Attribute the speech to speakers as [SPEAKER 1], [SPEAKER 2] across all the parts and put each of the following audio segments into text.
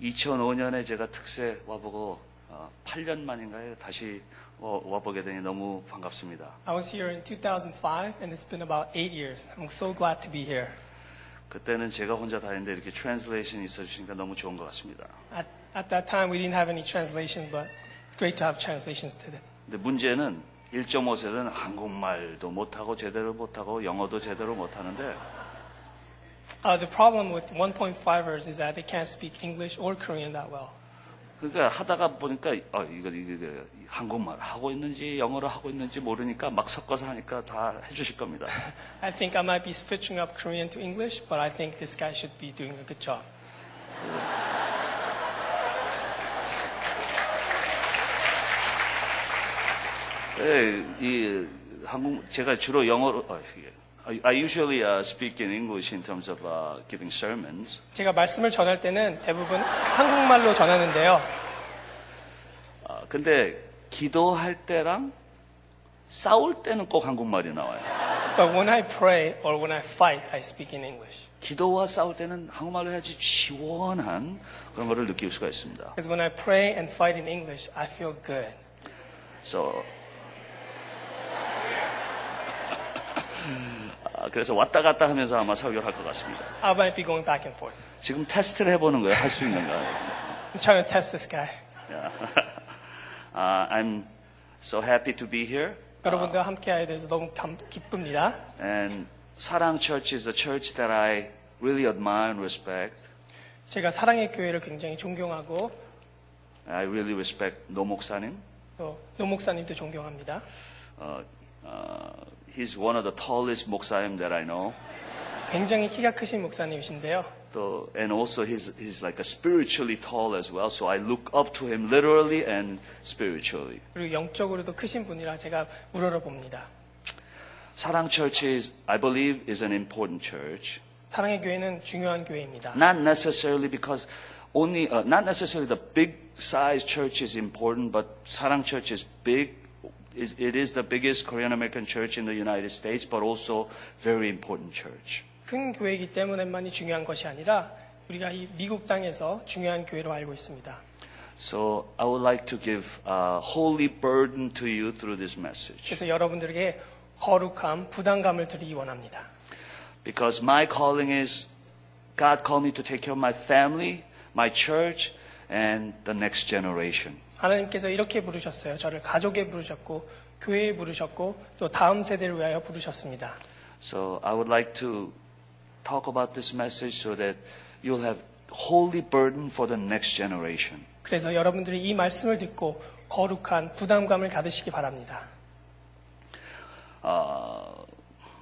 [SPEAKER 1] 2005년에 제가 특세 와보고 어, 8년 만인가요? 다시 어, 와보게 되니 너무 반갑습니다.
[SPEAKER 2] I was here in 2005, and it's been about eight years. I'm so glad to be here.
[SPEAKER 1] 그때는 제가 혼자 다녔는데 이렇게 트랜sl레이션이 있어주시니까 너무 좋은 것 같습니다.
[SPEAKER 2] At, at that time, we didn't have any translation, but it's great to have translations today.
[SPEAKER 1] 근데 문제는 1.5세대는 한국말도 못하고 제대로 못하고 영어도 제대로 못하는데
[SPEAKER 2] Uh, the problem with 1.5ers is that they can't speak English or Korean that well.
[SPEAKER 1] 그러니까 하다가 보니까 어, 이거, 이거, 이거 한국말 하고 있는지 영어를 하고 있는지 모르니까 막 섞어서 하니까 다 해주실 겁니다.
[SPEAKER 2] I think I might be switching up Korean to English, but I think this guy should be doing a good job.
[SPEAKER 1] 예, 이 한국 제가 주로 영어로 어, 예. I- I usually uh, speak in English in terms of uh, giving sermons.
[SPEAKER 2] 제가 말씀을 전할 때는 대부분 한국말로 전하는데요.
[SPEAKER 1] 아, 근데 기도할 때랑 싸울 때는 꼭 한국말이 나와요.
[SPEAKER 2] But when I pray or when I fight, I speak in English.
[SPEAKER 1] 기도와 싸울 때는 한국말로 해야지 시원한 그런 거를 느낄 수가 있습니다.
[SPEAKER 2] Because when I pray and fight in English, I feel good.
[SPEAKER 1] So, 아, 그래서 왔다 갔다 하면서 아마 설교를 할 것 같습니다.
[SPEAKER 2] I might be going back and forth.
[SPEAKER 1] 지금 테스트를 해보는 거예요. 할 수 있는가.
[SPEAKER 2] I'm trying to test this guy.
[SPEAKER 1] Yeah. 아, I'm so happy to be here.
[SPEAKER 2] 여러분들과 함께하게 돼서 너무 감- 기쁩니다.
[SPEAKER 1] And 사랑 Church is a church that I really admire and respect.
[SPEAKER 2] 제가 사랑의 교회를 굉장히 존경하고
[SPEAKER 1] I really respect 노 목사님.
[SPEAKER 2] 또 노 목사님도 존경합니다.
[SPEAKER 1] 어, 어, Uh, he's one of the tallest 목사님 that I know.
[SPEAKER 2] 굉장히 키가 크신 목사님이신데요.
[SPEAKER 1] So, and also he's, he's like a spiritually tall as well. So I look up to him literally and spiritually.
[SPEAKER 2] 그리고 영적으로도 크신 분이라 제가 우러러 봅니다.
[SPEAKER 1] 사랑 Church is, I believe, is an important church.
[SPEAKER 2] 사랑의 교회는 중요한 교회입니다.
[SPEAKER 1] Not necessarily because only, uh, not necessarily the big size church is important, but Sarang Church is big. Is, it is the biggest Korean American church in the United States, but also very important church.
[SPEAKER 2] 큰 교회이기 때문에만이 중요한 것이 아니라 우리가 이 미국 땅에서 중요한 교회로 알고 있습니다.
[SPEAKER 1] So I would like to give a holy burden to you through this message.
[SPEAKER 2] 그래서 여러분들에게 거룩함, 부담감을 드리기 원합니다.
[SPEAKER 1] Because my calling is God called me to take care of my family, my church, and the next generation.
[SPEAKER 2] 하나님께서 이렇게 부르셨어요. 저를 가족에 부르셨고 교회에 부르셨고 또 다음 세대를 위하여 부르셨습니다.
[SPEAKER 1] So I would like to talk about this message so that you'll have holy burden for the next generation.
[SPEAKER 2] 그래서 여러분들이 이 말씀을 듣고 거룩한 부담감을 가지시기 바랍니다.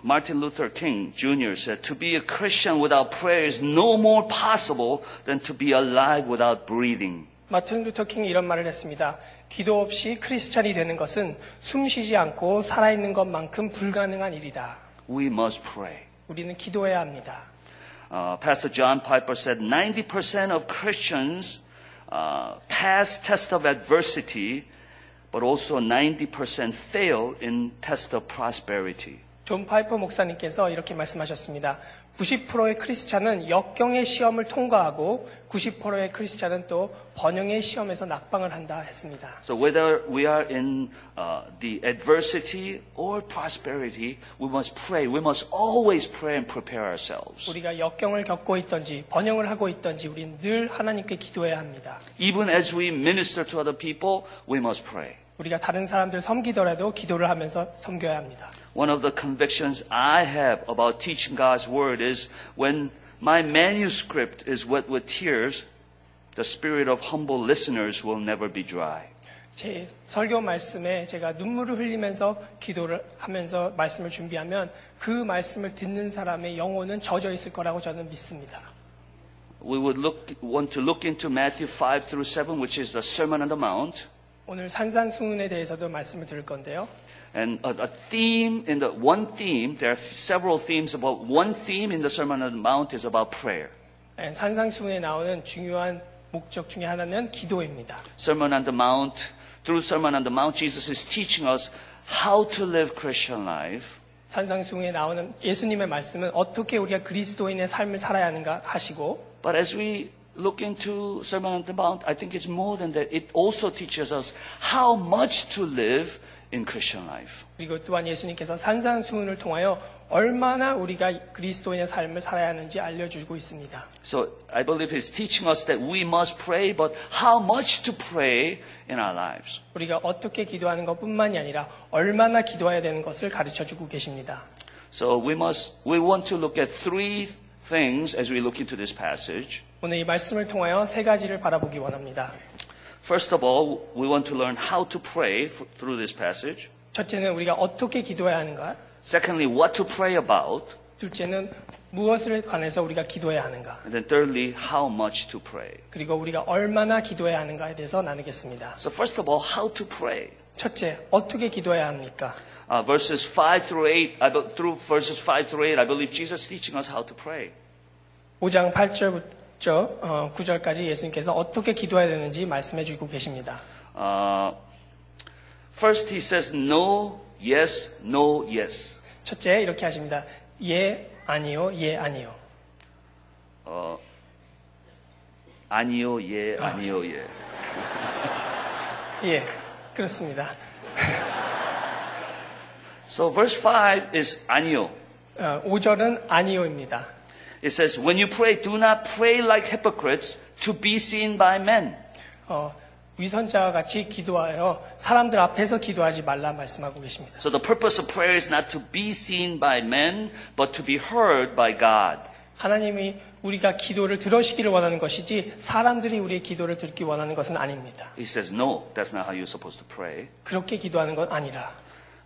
[SPEAKER 1] Martin Luther King Jr. said, To be a Christian without prayer is no more possible than to be alive without breathing.
[SPEAKER 2] 마틴 루터 킹이 이런 말을 했습니다. 기도 없이 크리스찬이 되는 것은 숨 쉬지 않고 살아있는 것만큼 불가능한 일이다.
[SPEAKER 1] We must pray.
[SPEAKER 2] 우리는 기도해야 합니다.
[SPEAKER 1] Uh, Pastor John Piper said 90% of Christians uh, pass test of adversity, but also 90% fail in test of prosperity.
[SPEAKER 2] 존 파이퍼 목사님께서 이렇게 말씀하셨습니다. 90%의 크리스찬은 역경의 시험을 통과하고 90%의 크리스찬은 또 번영의 시험에서 낙방을 한다 했습니다.
[SPEAKER 1] So whether we are in uh, the adversity or prosperity, we must pray. We must always pray and prepare ourselves.
[SPEAKER 2] 우리가 역경을 겪고 있던지 번영을 하고 있던지 우리는 늘 하나님께 기도해야 합니다.
[SPEAKER 1] Even as we minister to other people, we must pray.
[SPEAKER 2] 우리가 다른 사람들 섬기더라도 기도를 하면서 섬겨야 합니다.
[SPEAKER 1] One of the convictions I have about teaching God's Word is when my manuscript is wet with tears, the spirit of humble listeners will never be dry.
[SPEAKER 2] 제 설교 말씀에 제가 눈물을 흘리면서 기도를 하면서 말씀을 준비하면 그 말씀을 듣는 사람의 영혼은 젖어 있을 거라고 저는 믿습니다.
[SPEAKER 1] We would look, want to look into Matthew 5 through 7, which is the Sermon on the Mount.
[SPEAKER 2] 오늘 산산수훈에 대해서도 말씀을 드릴 건데요.
[SPEAKER 1] And a, a theme in the one theme, there are several themes about one theme in the Sermon on the Mount is about prayer.
[SPEAKER 2] 예, 산상수훈에 나오는 중요한 목적 중에 하나는 기도입니다.
[SPEAKER 1] Sermon on the Mount, through Sermon on the Mount, Jesus is teaching us how to live Christian life.
[SPEAKER 2] 산상수훈에 나오는 예수님의 말씀은 어떻게 우리가 그리스도인의 삶을 살아야 하는가 하시고
[SPEAKER 1] But as we look into Sermon on the Mount, I think it's more than that. It also teaches us how much to live in Christian life.
[SPEAKER 2] 그리고 또한 예수님께서 산상수훈을 통하여 얼마나 우리가 그리스도인의 삶을 살아야 하는지 알려주고 있습니다.
[SPEAKER 1] So I believe he's teaching us that we must pray, but how much to pray in our lives.
[SPEAKER 2] 우리가 어떻게 기도하는 것뿐만이 아니라 얼마나 기도해야 되는 것을 가르쳐주고 계십니다.
[SPEAKER 1] So we must, we want to look at three things as we look into this passage.
[SPEAKER 2] 오늘 이 말씀을 통하여 세 가지를 바라보기 원합니다.
[SPEAKER 1] First of all, we want to learn how to pray f- through this passage.
[SPEAKER 2] 첫째는 우리가 어떻게 기도해야 하는가?
[SPEAKER 1] Secondly, what to pray about.
[SPEAKER 2] 둘째는 무엇을 관해서 우리가 기도해야 하는가?
[SPEAKER 1] And then thirdly, how much to pray.
[SPEAKER 2] 그리고 우리가 얼마나 기도해야 하는가에 대해서 나누겠습니다.
[SPEAKER 1] So first of all, how to pray.
[SPEAKER 2] 첫째, 어떻게 기도해야 합니까?
[SPEAKER 1] Uh, verses 5 through 8, I be- through verses 5 through 8, I believe Jesus is teaching us how to pray.
[SPEAKER 2] 5장 8절부터 어, 9절까지 예수님께서 어떻게 기도해야 되는지 말씀해 주고 계십니다.
[SPEAKER 1] Uh, first, he says no, yes, no, yes.
[SPEAKER 2] 첫째, 이렇게 하십니다. 예, 아니요, 예, 아니요.
[SPEAKER 1] 아니요, 예, 아니요, 예.
[SPEAKER 2] 예, 그렇습니다.
[SPEAKER 1] So verse 5 is 아니요.
[SPEAKER 2] 어, 5절은 아니요입니다.
[SPEAKER 1] It says, when you pray, do not pray like hypocrites to be seen by men.
[SPEAKER 2] 어, 위선자와 같이 기도하여 사람들 앞에서 기도하지 말라 말씀하고 계십니다.
[SPEAKER 1] So the purpose of prayer is not to be seen by men, but to be heard by God.
[SPEAKER 2] 하나님이 우리가 기도를 들으시기를 원하는 것이지 사람들이 우리의 기도를 듣기 원하는 것은 아닙니다.
[SPEAKER 1] He says, no, that's not how you're supposed to pray.
[SPEAKER 2] 그렇게 기도하는 건 아니라.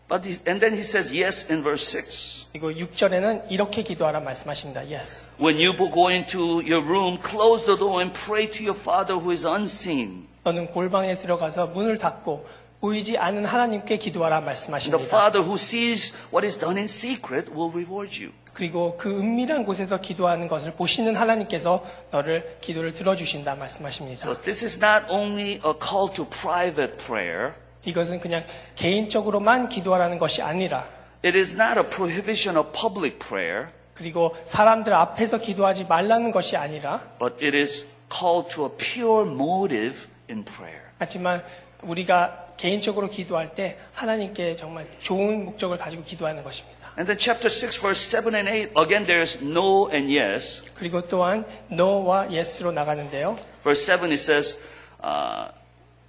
[SPEAKER 1] But he, and then he says yes in verse 6.
[SPEAKER 2] 그리고 6절에는 이렇게 기도하라 말씀하십니다. Yes.
[SPEAKER 1] When you go into your room, close the door and pray to your Father who is unseen.
[SPEAKER 2] 너는 골방에 들어가서 문을 닫고 보이지 않은 하나님께 기도하라
[SPEAKER 1] And the
[SPEAKER 2] 말씀하십니다.
[SPEAKER 1] Father who sees what is done in secret will reward you.
[SPEAKER 2] 그리고 그 은밀한 곳에서 기도하는 것을 보시는 하나님께서 너를 기도를 들어주신다 말씀하십니다.
[SPEAKER 1] So this is not only a call to private prayer.
[SPEAKER 2] 이것은 그냥 개인적으로만 기도하라는 것이 아니라
[SPEAKER 1] It is not a prohibition of public prayer,
[SPEAKER 2] 그리고 사람들 앞에서 기도하지 말라는 것이 아니라
[SPEAKER 1] but it is called to a pure motive in prayer.
[SPEAKER 2] 하지만 우리가 개인적으로 기도할 때 하나님께 정말 좋은 목적을 가지고 기도하는 것입니다.
[SPEAKER 1] And then chapter 6 verse 7 and 8, again there's no and yes.
[SPEAKER 2] 그리고 또한 no와 yes로 나가는데요.
[SPEAKER 1] Verse 7 it says, uh,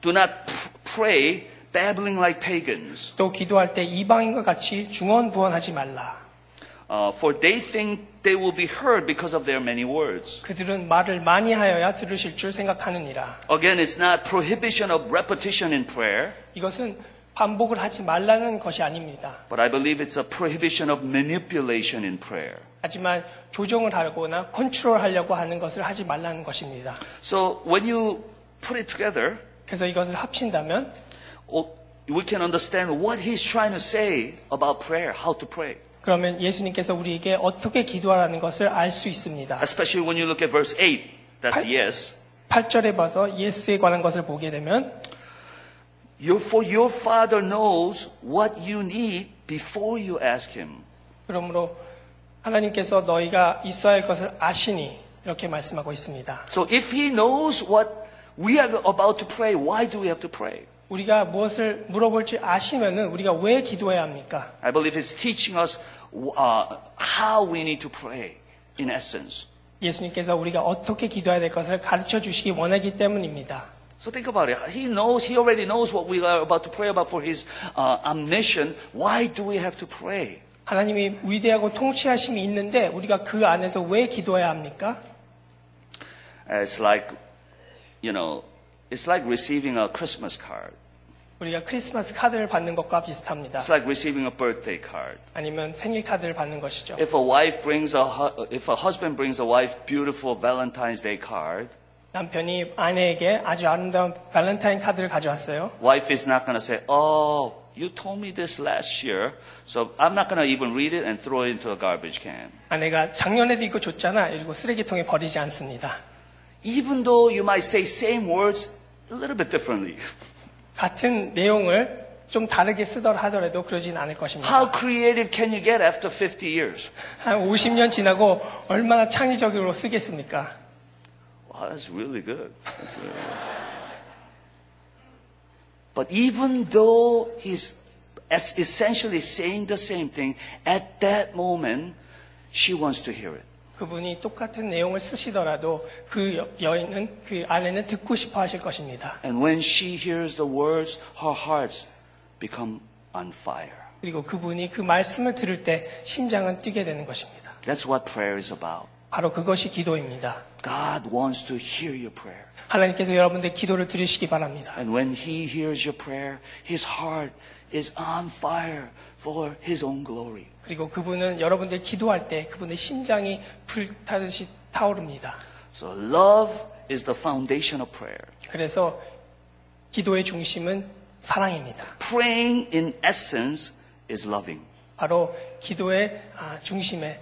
[SPEAKER 1] do not pr- pray babbling like pagans,
[SPEAKER 2] 또 기도할 때 이방인과 같이 중언부언하지 말라.
[SPEAKER 1] uh, for they think they will be heard because of their many words.
[SPEAKER 2] 그들은 말을 많이 하여야 들으실 줄 생각하느니라.
[SPEAKER 1] Again, it's not prohibition of repetition in prayer,
[SPEAKER 2] 이것은 반복을 하지 말라는 것이 아닙니다.
[SPEAKER 1] but I believe it's a prohibition of manipulation in prayer.
[SPEAKER 2] 하지만 조정을 하거나 컨트롤하려고 하는 것을 하지 말라는 것입니다.
[SPEAKER 1] So when you put it together,
[SPEAKER 2] 그래서 이것을 합친다면
[SPEAKER 1] oh, we can understand what he's trying to say about prayer, how to pray.
[SPEAKER 2] 그러면 예수님께서 우리에게 어떻게 기도하라는 것을 알 수 있습니다.
[SPEAKER 1] Especially when you look at verse 8, that's
[SPEAKER 2] I-
[SPEAKER 1] yes.
[SPEAKER 2] 8절에 봐서 예스에 관한 것을 보게 되면
[SPEAKER 1] Your, for your father knows what you need before you ask him.
[SPEAKER 2] 그러므로 하나님께서 너희가 있어야 할 것을 아시니 이렇게 말씀하고 있습니다.
[SPEAKER 1] So if he knows what we are about to pray, why do we have to pray?
[SPEAKER 2] 우리가 무엇을 물어볼지 아시면은 우리가 왜 기도해야 합니까?
[SPEAKER 1] I believe he's teaching us uh, how we need to pray in essence.
[SPEAKER 2] 예수님께서 우리가 어떻게 기도해야 될 것을 가르쳐 주시기 원하기 때문입니다.
[SPEAKER 1] So think about it. He knows, he already knows what we are about to pray about for his uh, omniscient. Why do we have to pray?
[SPEAKER 2] 하나님이 위대하고 통치하심이 있는데 우리가 그 안에서 왜 기도해야 합니까?
[SPEAKER 1] Uh, It's like, you know, it's like receiving a Christmas card.
[SPEAKER 2] 우리가 크리스마스 카드를 받는 것과 비슷합니다.
[SPEAKER 1] It's like receiving a birthday card.
[SPEAKER 2] 아니면 생일 카드를 받는 것이죠.
[SPEAKER 1] If a wife brings a, hu- if a husband brings a wife beautiful Valentine's Day card,
[SPEAKER 2] 남편이 아내에게 아주 아름다운 발렌타인 카드를 가져왔어요.
[SPEAKER 1] wife is not going to say, oh, you told me this last year, so I'm not going to even read it and throw it into a garbage can.
[SPEAKER 2] 아내가 작년에도 이거 줬잖아. 이러고 쓰레기통에 버리지 않습니다.
[SPEAKER 1] Even though you might say same words a little bit differently.
[SPEAKER 2] 같은 내용을 좀 다르게 쓰더라 하더라도 그러진 않을 것입니다.
[SPEAKER 1] How creative can you get after 50 years?
[SPEAKER 2] 한 50년 지나고 얼마나 창의적으로 쓰겠습니까?
[SPEAKER 1] Wow, wow, that's really good. That's really good. But even though he's es- essentially saying the same thing, at that moment, she wants to hear it.
[SPEAKER 2] 그분이 똑같은 내용을 쓰시더라도 그 여- 여인은 그 아내는 듣고 싶어 하실 것입니다.
[SPEAKER 1] And when she hears the words, her hearts become on fire.
[SPEAKER 2] 그리고 그분이 그 말씀을 들을 때 심장은 뛰게 되는 것입니다.
[SPEAKER 1] That's what prayer is about.
[SPEAKER 2] 바로 그것이 기도입니다.
[SPEAKER 1] God wants to hear your prayer.
[SPEAKER 2] 하나님께서 여러분들 기도를 들으시기 바랍니다.
[SPEAKER 1] And when he hears your prayer, his heart is on fire for his own glory.
[SPEAKER 2] 그리고 그분은 여러분들 기도할 때 그분의 심장이 불타듯이 타오릅니다.
[SPEAKER 1] So love is the foundation of prayer.
[SPEAKER 2] 그래서 기도의 중심은 사랑입니다.
[SPEAKER 1] Praying in essence is loving.
[SPEAKER 2] 바로 기도의 아, 중심의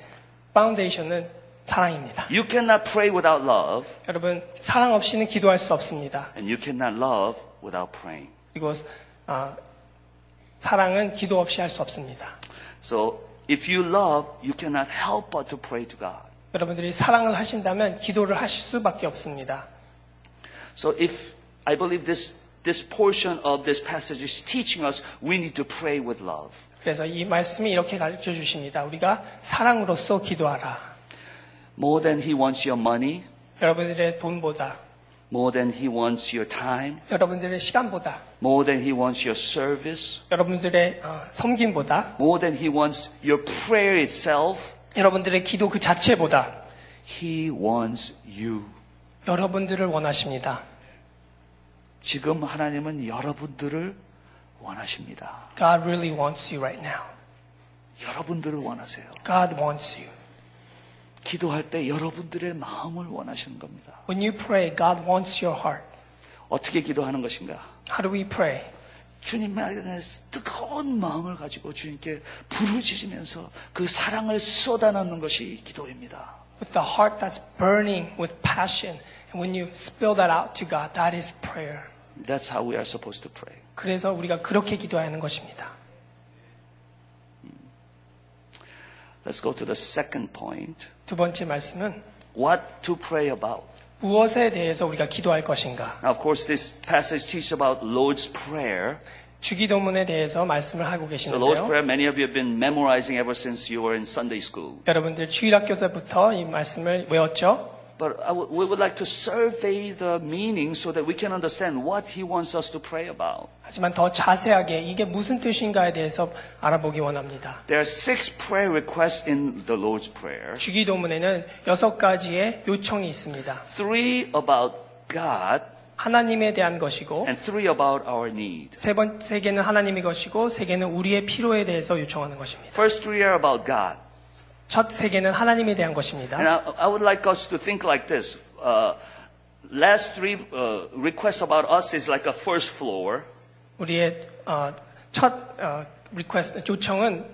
[SPEAKER 2] 파운데이션은 사랑입니다.
[SPEAKER 1] You cannot pray without love,
[SPEAKER 2] 여러분 사랑 없이는 기도할 수 없습니다.
[SPEAKER 1] and you cannot love without praying.
[SPEAKER 2] 그리고 아, 사랑은 기도 없이 할 수 없습니다.
[SPEAKER 1] So if you love, you cannot help but to pray to God.
[SPEAKER 2] 여러분들이 사랑을 하신다면 기도를 하실 수밖에 없습니다.
[SPEAKER 1] So if I believe this this portion of this passage is teaching us we need to pray with love.
[SPEAKER 2] 그래서 이 말씀이 이렇게 가르쳐 주십니다. 우리가 사랑으로서 기도하라.
[SPEAKER 1] More than he wants your money,
[SPEAKER 2] 여러분들의 돈보다,
[SPEAKER 1] more than he wants your time,
[SPEAKER 2] 여러분들의 시간보다,
[SPEAKER 1] more than he wants your service,
[SPEAKER 2] 여러분들의 어, 섬김보다,
[SPEAKER 1] more than he wants your prayer itself,
[SPEAKER 2] 여러분들의 기도 그 자체보다
[SPEAKER 1] he wants you.
[SPEAKER 2] 여러분들을 원하십니다.
[SPEAKER 1] 지금 하나님은 여러분들을 원하십니다.
[SPEAKER 2] God really wants you right now.
[SPEAKER 1] 여러분들을 원하세요.
[SPEAKER 2] God wants you.
[SPEAKER 1] 기도할 때 여러분들의 마음을 원하시는 겁니다.
[SPEAKER 2] When you pray, God wants your heart.
[SPEAKER 1] 어떻게 기도하는 것인가?
[SPEAKER 2] How do we pray?
[SPEAKER 1] 주님 안에서 뜨거운 마음을 가지고 주님께 부르짖으면서 그 사랑을 쏟아넣는 것이 기도입니다.
[SPEAKER 2] With the heart that's burning with passion. And when you spill that out to God, that is prayer.
[SPEAKER 1] That's how we are supposed to pray.
[SPEAKER 2] 그래서 우리가 그렇게 기도해야 하는 것입니다.
[SPEAKER 1] Let's go to the second point.
[SPEAKER 2] 두 번째 말씀은
[SPEAKER 1] What to pray about.
[SPEAKER 2] 무엇에 대해서 우리가 기도할 것인가?
[SPEAKER 1] Now, of course, this passage teaches about Lord's Prayer.
[SPEAKER 2] 주기도문에 대해서 말씀을 하고
[SPEAKER 1] The Lord's
[SPEAKER 2] 계시는데요.
[SPEAKER 1] Prayer, many of you have been memorizing ever since you were in Sunday school.
[SPEAKER 2] 여러분들 주일학교 때부터 이 말씀을 외웠죠?
[SPEAKER 1] But I would- we would like to survey the meaning so that we can understand what He wants us to pray about.
[SPEAKER 2] 하지만 더 자세하게 이게 무슨 뜻인가에 대해서 알아보기 원합니다.
[SPEAKER 1] There are six prayer requests in the Lord's Prayer.
[SPEAKER 2] 주기도문에는 여섯 가지의 요청이 있습니다.
[SPEAKER 1] three about God
[SPEAKER 2] 하나님에 대한 것이고
[SPEAKER 1] and three about our need.
[SPEAKER 2] 세 번, 세 개는 하나님의 것이고 세 개는 우리의 필요에 대해서 요청하는 것입니다.
[SPEAKER 1] First three are about God.
[SPEAKER 2] 첫 세 개는 하나님에 대한 것입니다.
[SPEAKER 1] And I, I would like us to think like this. Uh, last three uh, requests about us is like a first floor.
[SPEAKER 2] 우리의 어, 첫 어, 리퀘스트 요청은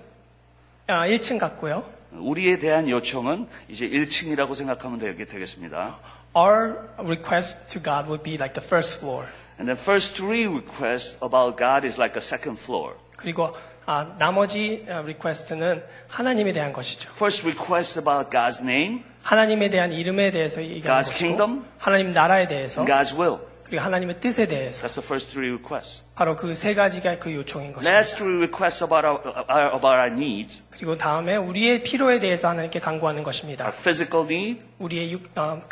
[SPEAKER 2] 어, 1층 같고요.
[SPEAKER 1] 우리에 대한 요청은 이제 1층이라고 생각하면 되게 되겠습니다.
[SPEAKER 2] Our request to God would be like the first floor.
[SPEAKER 1] And then first three requests about God is like a second floor.
[SPEAKER 2] 그리고 아, 나머지 어, 리퀘스트는 하나님에 대한 것이죠.
[SPEAKER 1] First request about God's name,
[SPEAKER 2] 하나님에 대한 이름에 대해서 얘기하는
[SPEAKER 1] God's
[SPEAKER 2] 것이고
[SPEAKER 1] kingdom?
[SPEAKER 2] 하나님 나라에 대해서
[SPEAKER 1] God's will.
[SPEAKER 2] 그리고 하나님의 뜻에 대해서
[SPEAKER 1] That's the first three requests.
[SPEAKER 2] 바로 그 세 가지가 그 요청인 것입니다.
[SPEAKER 1] Last three requests about our, our, about our needs,
[SPEAKER 2] 그리고 다음에 우리의 필요에 대해서 하나님께 간구하는 것입니다.
[SPEAKER 1] our physical need,
[SPEAKER 2] 우리의 육- 어,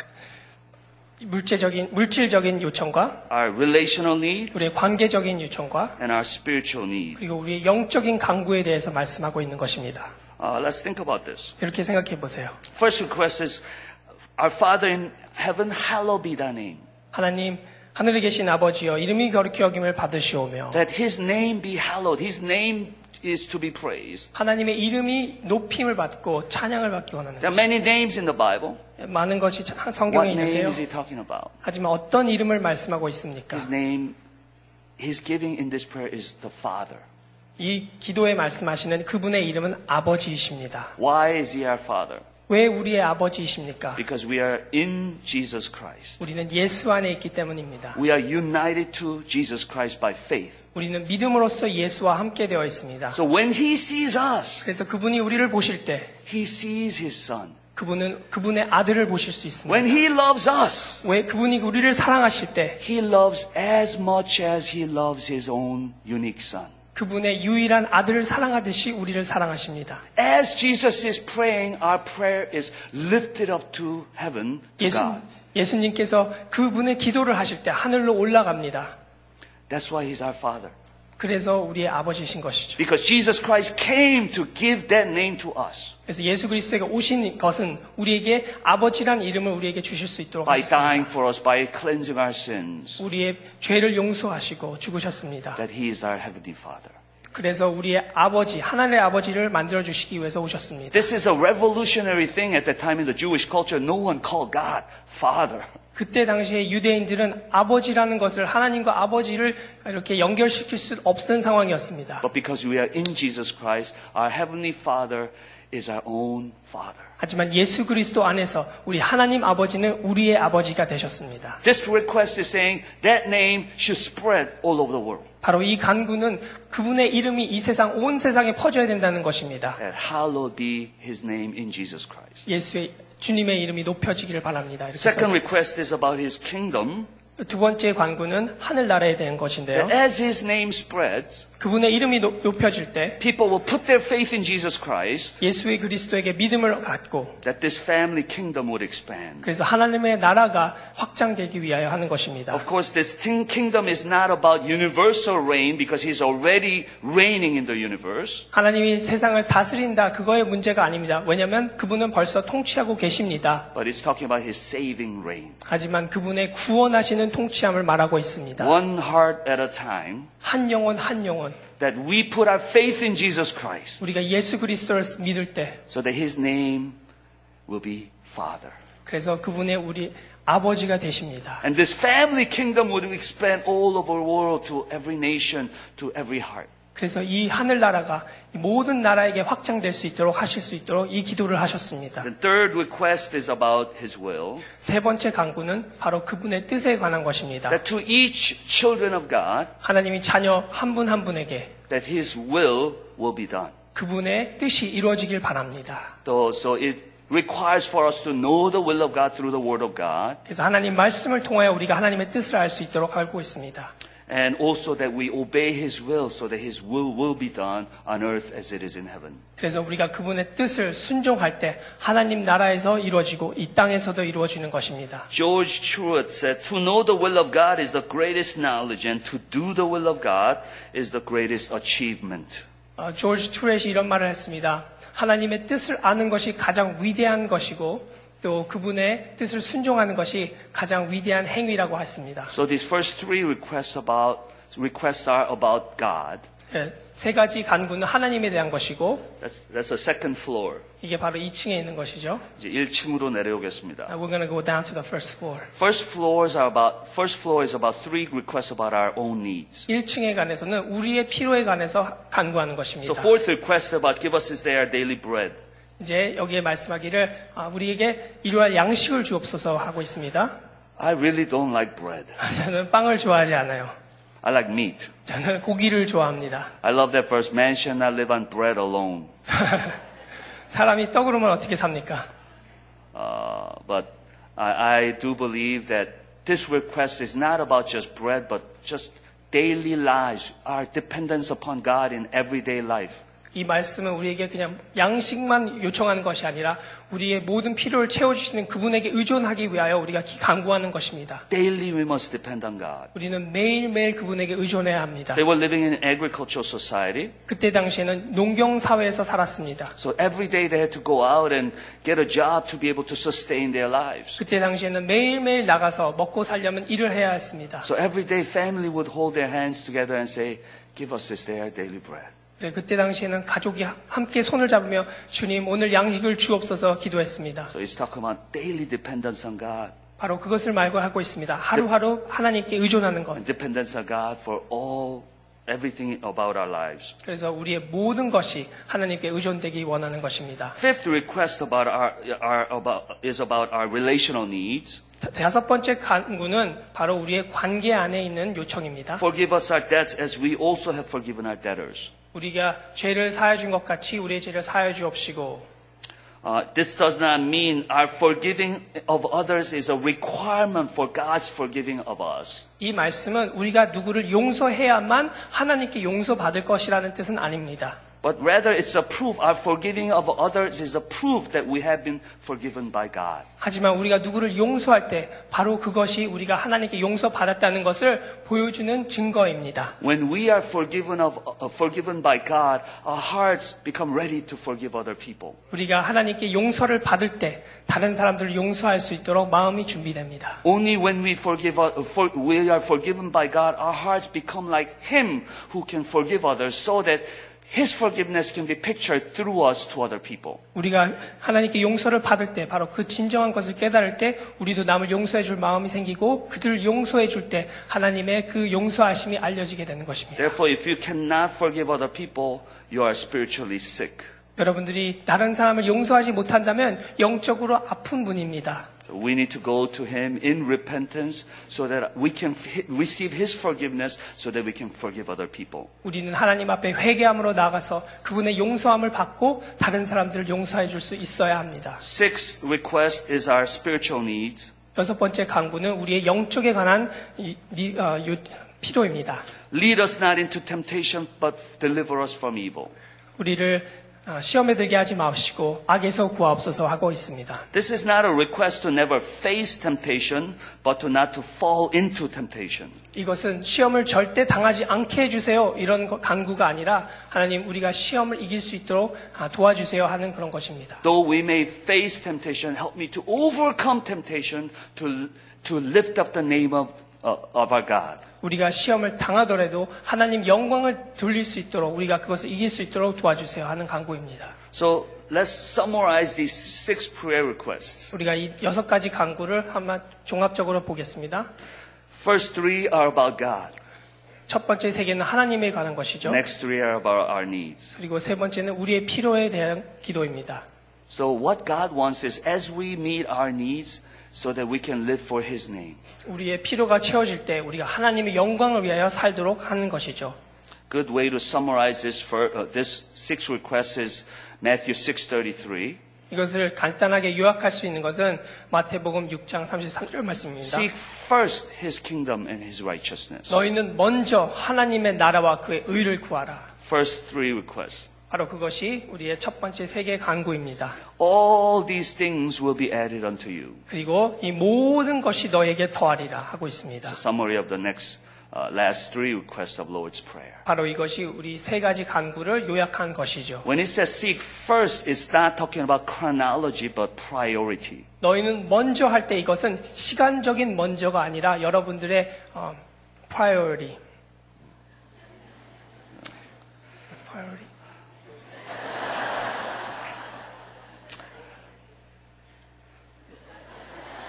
[SPEAKER 2] 물질적인 물질적인 요청과
[SPEAKER 1] our relational need
[SPEAKER 2] 우리의 관계적인 요청과
[SPEAKER 1] and our spiritual need.
[SPEAKER 2] 그리고 우리의 영적인 간구에 대해서 말씀하고 있는 것입니다.
[SPEAKER 1] Uh, let's think about this.
[SPEAKER 2] 이렇게 생각해 보세요.
[SPEAKER 1] First request is, Our Father in heaven, hallowed be thy name.
[SPEAKER 2] 하나님 하늘에 계신 아버지여 이름이 거룩히 여김을 받으시오며
[SPEAKER 1] That his name be hallowed. His name is to be praised.
[SPEAKER 2] 하나님의 이름이 높임을 받고 찬양을 받기 원하는
[SPEAKER 1] There are
[SPEAKER 2] 것
[SPEAKER 1] many names in the Bible.
[SPEAKER 2] 많은 것이 참-
[SPEAKER 1] What
[SPEAKER 2] 성경에
[SPEAKER 1] name
[SPEAKER 2] 있는데요.
[SPEAKER 1] is he talking about?
[SPEAKER 2] 하지만 어떤 이름을 말씀하고 있습니까?
[SPEAKER 1] His name he's giving in this prayer is the Father.
[SPEAKER 2] 이 기도에 말씀하시는 그분의 이름은 아버지이십니다.
[SPEAKER 1] Why is he our Father?
[SPEAKER 2] 왜 우리의 아버지이십니까?
[SPEAKER 1] Because we are in Jesus Christ.
[SPEAKER 2] 우리는 예수 안에 있기 때문입니다.
[SPEAKER 1] We are united to Jesus Christ by faith.
[SPEAKER 2] 우리는 믿음으로써 예수와 함께 되어 있습니다.
[SPEAKER 1] So when he sees us,
[SPEAKER 2] 그래서 그분이 우리를 보실 때
[SPEAKER 1] he sees his son.
[SPEAKER 2] 그분은 그분의 아들을 보실 수 있습니다.
[SPEAKER 1] When He loves us,
[SPEAKER 2] 왜 그분이 우리를 사랑하실 때
[SPEAKER 1] He loves as much as He loves His own unique Son.
[SPEAKER 2] 그분의 유일한 아들을 사랑하듯이 우리를 사랑하십니다.
[SPEAKER 1] As Jesus is praying, our prayer is lifted up to heaven to
[SPEAKER 2] 예수,
[SPEAKER 1] God.
[SPEAKER 2] 예수님께서 그분의 기도를 하실 때 하늘로 올라갑니다.
[SPEAKER 1] That's why He's our Father.
[SPEAKER 2] 그래서 우리의 아버지신 것이죠.
[SPEAKER 1] Because Jesus Christ came to give that name to us
[SPEAKER 2] 그래서 예수 그리스도에게 오신 것은 우리에게 아버지란 이름을 우리에게 주실 수 있도록
[SPEAKER 1] by
[SPEAKER 2] 하셨습니다.
[SPEAKER 1] dying for us, by cleansing our sins,
[SPEAKER 2] 우리의 죄를 용서하시고 죽으셨습니다.
[SPEAKER 1] that He is our Heavenly Father.
[SPEAKER 2] 그래서 우리의 아버지, 하나님의 아버지를 만들어 주시기 위해서 오셨습니다.
[SPEAKER 1] This is a revolutionary thing at that time in the Jewish culture. No one called God Father.
[SPEAKER 2] 그때 당시에 유대인들은 아버지라는 것을 하나님과 아버지를 이렇게 연결시킬 수 없는 상황이었습니다.
[SPEAKER 1] But because we are in Jesus Christ, our Heavenly Father is our own Father.
[SPEAKER 2] 하지만 예수 그리스도 안에서 우리 하나님 아버지는 우리의 아버지가 되셨습니다.
[SPEAKER 1] This request is saying that name should spread all over the world.
[SPEAKER 2] 바로 이 간구는 그분의 이름이 이 세상 온 세상에 퍼져야 된다는 것입니다.
[SPEAKER 1] That hallowed be his name in Jesus Christ.
[SPEAKER 2] 예수의 주님의 이름이 높여지기를 바랍니다. 이렇게
[SPEAKER 1] Second
[SPEAKER 2] 써있습니다.
[SPEAKER 1] request is about his kingdom.
[SPEAKER 2] 두 번째 관구는 하늘나라에 대한 것인데요.
[SPEAKER 1] That as his name spreads,
[SPEAKER 2] 그분의 이름이 높- 높여질 때
[SPEAKER 1] people will put their faith in Jesus Christ,
[SPEAKER 2] 예수의 그리스도에게 믿음을 갖고
[SPEAKER 1] that this family kingdom would expand.
[SPEAKER 2] 그래서 하나님의 나라가 확장되기 위하여 하는 것입니다.
[SPEAKER 1] Of course, this thing- kingdom is not about universal reign because he's already reigning in the universe.
[SPEAKER 2] 하나님이 세상을 다스린다 그거의 문제가 아닙니다. 왜냐하면 그분은 벌써 통치하고 계십니다.
[SPEAKER 1] But it's talking about his saving reign.
[SPEAKER 2] 하지만 그분의 구원하시는 통치함을 말하고 있습니다.
[SPEAKER 1] One heart at a time,
[SPEAKER 2] 한 영혼 한 영혼
[SPEAKER 1] that we put our faith in Jesus Christ.
[SPEAKER 2] 우리가 예수 그리스도를 믿을 때
[SPEAKER 1] so that his name will be Father.
[SPEAKER 2] 그래서 그분의 우리 아버지가 되십니다.
[SPEAKER 1] And this family kingdom would expand all over the world to every nation, to every heart.
[SPEAKER 2] 그래서 이 하늘나라가 이 모든 나라에게 확장될 수 있도록 하실 수 있도록 이 기도를 하셨습니다.
[SPEAKER 1] The third request is about his will
[SPEAKER 2] 세 번째 강구는 바로 그분의 뜻에 관한 것입니다.
[SPEAKER 1] that to each children of God
[SPEAKER 2] 하나님이 자녀 한 분 한 분에게
[SPEAKER 1] that his will will be done.
[SPEAKER 2] 그분의 뜻이 이루어지길 바랍니다.
[SPEAKER 1] So, so it requires for us to know the will of God through the word of God
[SPEAKER 2] 그래서 하나님 말씀을 통하여 우리가 하나님의 뜻을 알 수 있도록 알고 있습니다.
[SPEAKER 1] and also that we obey his will so that his will will be done on earth as it is in heaven.
[SPEAKER 2] 그래서 우리가 그분의 뜻을 순종할 때 하나님 나라에서 이루어지고 이 땅에서도 이루어지는 것입니다.
[SPEAKER 1] George Truett said, To know the will of God is the greatest knowledge, and to do the will of God is the greatest achievement.
[SPEAKER 2] 어, 조지 투렛이 이런 말을 했습니다. 하나님의 뜻을 아는 것이 가장 위대한 것이고 또 그분의 뜻을 순종하는 것이 가장 위대한 행위라고 했습니다.
[SPEAKER 1] So these first three requests, about, requests are about God.
[SPEAKER 2] 예, 세 가지 간구는 하나님에 대한 것이고
[SPEAKER 1] That's, that's the second floor.
[SPEAKER 2] 이게 바로 2층에 있는 것이죠.
[SPEAKER 1] 이제 1층으로
[SPEAKER 2] Now
[SPEAKER 1] 내려오겠습니다.
[SPEAKER 2] we're gonna go down to the first floor.
[SPEAKER 1] First, floors are about, first floor is about three requests about our own needs.
[SPEAKER 2] 1층에 관해서는 우리의 필요에 관해서 간구하는 것입니다.
[SPEAKER 1] So fourth request about give us this day our daily bread.
[SPEAKER 2] 이제 여기에 말씀하기를 아, 우리에게 일요일 양식을 주옵소서 하고 있습니다.
[SPEAKER 1] I really don't like bread.
[SPEAKER 2] 저는 빵을 좋아하지 않아요.
[SPEAKER 1] I like meat.
[SPEAKER 2] 저는 고기를 좋아합니다.
[SPEAKER 1] I love that verse, man shall not live on bread alone.
[SPEAKER 2] 사람이 떡으로만 어떻게 삽니까?
[SPEAKER 1] Uh, but I, I do believe that this request is not about just bread, but just daily lives, our dependence upon God in everyday life.
[SPEAKER 2] 이 말씀은 우리에게 그냥 양식만 요청하는 것이 아니라 우리의 모든 필요를 채워주시는 그분에게 의존하기 위하여 우리가 기- 간구하는 것입니다.
[SPEAKER 1] Daily we must depend on God.
[SPEAKER 2] 우리는 매일매일 그분에게 의존해야 합니다.
[SPEAKER 1] They were living in an agricultural society,
[SPEAKER 2] 그때 당시에는 농경 사회에서 살았습니다.
[SPEAKER 1] so every day they had to go out and get a job to be able to sustain their lives.
[SPEAKER 2] 그때 당시에는 매일매일 나가서 먹고 살려면 일을 해야 했습니다.
[SPEAKER 1] So every day family would hold their hands together and say, give us this day our daily bread.
[SPEAKER 2] 네, 그래, 그때 당시에는 가족이 하- 함께 손을 잡으며 주님 오늘 양식을 주옵소서 기도했습니다.
[SPEAKER 1] So it's talking about daily dependence on God,
[SPEAKER 2] 바로 그것을 말고 하고 있습니다. 하루하루 하나님께 의존하는 것.
[SPEAKER 1] and dependence on God for all, everything about our lives.
[SPEAKER 2] 그래서 우리의 모든 것이 하나님께 의존되기 원하는 것입니다.
[SPEAKER 1] Fifth request about our, our about is about our relational needs.
[SPEAKER 2] 다- 다섯 번째 간구는 바로 우리의 관계 안에 있는 요청입니다.
[SPEAKER 1] Forgive us our debts as we also have forgiven our debtors.
[SPEAKER 2] 우리가 죄를 사해 준 것 같이 우리의 죄를 사해 주옵시고
[SPEAKER 1] Uh, Uh, this does not mean our forgiving of others is a requirement for God's forgiving of us.
[SPEAKER 2] 이 말씀은 우리가 누구를 용서해야만 하나님께 용서받을 것이라는 뜻은 아닙니다.
[SPEAKER 1] But rather, it's a proof. Our forgiving of others is a proof that we have been forgiven by God.
[SPEAKER 2] 하지만 우리가 누구를 용서할 때 바로 그것이 우리가 하나님께 용서받았다는 것을 보여주는 증거입니다.
[SPEAKER 1] When we are forgiven, of, uh, forgiven by God, our hearts become ready to forgive other people.
[SPEAKER 2] 우리가 하나님께 용서를 받을 때 다른 사람들을 용서할 수 있도록 마음이 준비됩니다.
[SPEAKER 1] Only when we, forgive, uh, for, we are forgiven by God, our hearts become like Him who can forgive others so that His forgiveness can be pictured through us to other people.
[SPEAKER 2] 우리가 하나님께 용서를 받을 때 바로 그 진정한 것을 깨달을 때 우리도 남을 용서해 줄 마음이 생기고 그들을 용서해 줄 때 하나님의 그 용서하심이 알려지게 되는 것입니다.
[SPEAKER 1] Therefore, if you cannot forgive other people, you are spiritually sick.
[SPEAKER 2] 여러분들이 다른 사람을 용서하지 못한다면 영적으로 아픈 분입니다.
[SPEAKER 1] So we need to go to Him in repentance so that we can f- receive His forgiveness so that we can forgive other people.
[SPEAKER 2] 우리는 하나님 앞에 회개함으로 나가서 그분의 용서함을 받고 다른 사람들을 용서해 줄 수 있어야 합니다.
[SPEAKER 1] Sixth request is our spiritual needs.
[SPEAKER 2] 여섯 번째 강구는 우리의 영적에 관한 이- 니- 어, 요- 필요입니다.
[SPEAKER 1] Lead us not into temptation, but deliver us from evil.
[SPEAKER 2] 우리를 아, 시험에 들게 하지 마시고 악에서 구하옵소서 하고 있습니다.
[SPEAKER 1] This is not a request to never face temptation, but to not to fall into temptation.
[SPEAKER 2] 이것은 시험을 절대 당하지 않게 해주세요. 이런 거- 간구가 아니라 하나님 우리가 시험을 이길 수 있도록 아, 도와주세요 하는 그런 것입니다.
[SPEAKER 1] Though we may face temptation, help me to overcome temptation to, to lift up the name of, uh, of our God.
[SPEAKER 2] 우리가 시험을 당하더라도 하나님 영광을 돌릴 수 있도록 우리가 그것을 이길 수 있도록 도와주세요 하는 간구입니다.
[SPEAKER 1] So let's summarize these six prayer requests.
[SPEAKER 2] 우리가 이 여섯 가지 간구를 한번 종합적으로 보겠습니다.
[SPEAKER 1] First three are about God.
[SPEAKER 2] 첫 번째 세 개는 하나님에 관한 것이죠.
[SPEAKER 1] Next three are about our needs.
[SPEAKER 2] 그리고 세 번째는 우리의 필요에 대한 기도입니다.
[SPEAKER 1] So what God wants is as we meet our needs so that we can live for His name.
[SPEAKER 2] 우리의 필요가 채워질 때 우리가 하나님의 영광을 위하여 살도록 하는 것이죠.
[SPEAKER 1] Good way to summarize this for uh, this six requests is Matthew 6:33.
[SPEAKER 2] 이것을 간단하게 요약할 수 있는 것은 마태복음 6장 33절 말씀입니다.
[SPEAKER 1] Seek first His kingdom and His righteousness.
[SPEAKER 2] 너희는 먼저 하나님의 나라와 그의 의를 구하라.
[SPEAKER 1] First three requests.
[SPEAKER 2] 바로 그것이 우리의 첫 번째 세계 간구입니다.
[SPEAKER 1] All these things will be added unto you.
[SPEAKER 2] 그리고 이 모든 것이 너에게 더하리라 하고 있습니다.
[SPEAKER 1] It's a summary of the next uh, last three requests of Lord's prayer.
[SPEAKER 2] 바로 이것이 우리 세 가지 간구를 요약한 것이죠.
[SPEAKER 1] When it says seek first, it's not talking about chronology but priority.
[SPEAKER 2] 너희는 먼저 할 때 이것은 시간적인 먼저가 아니라 여러분들의 어, priority. What's priority?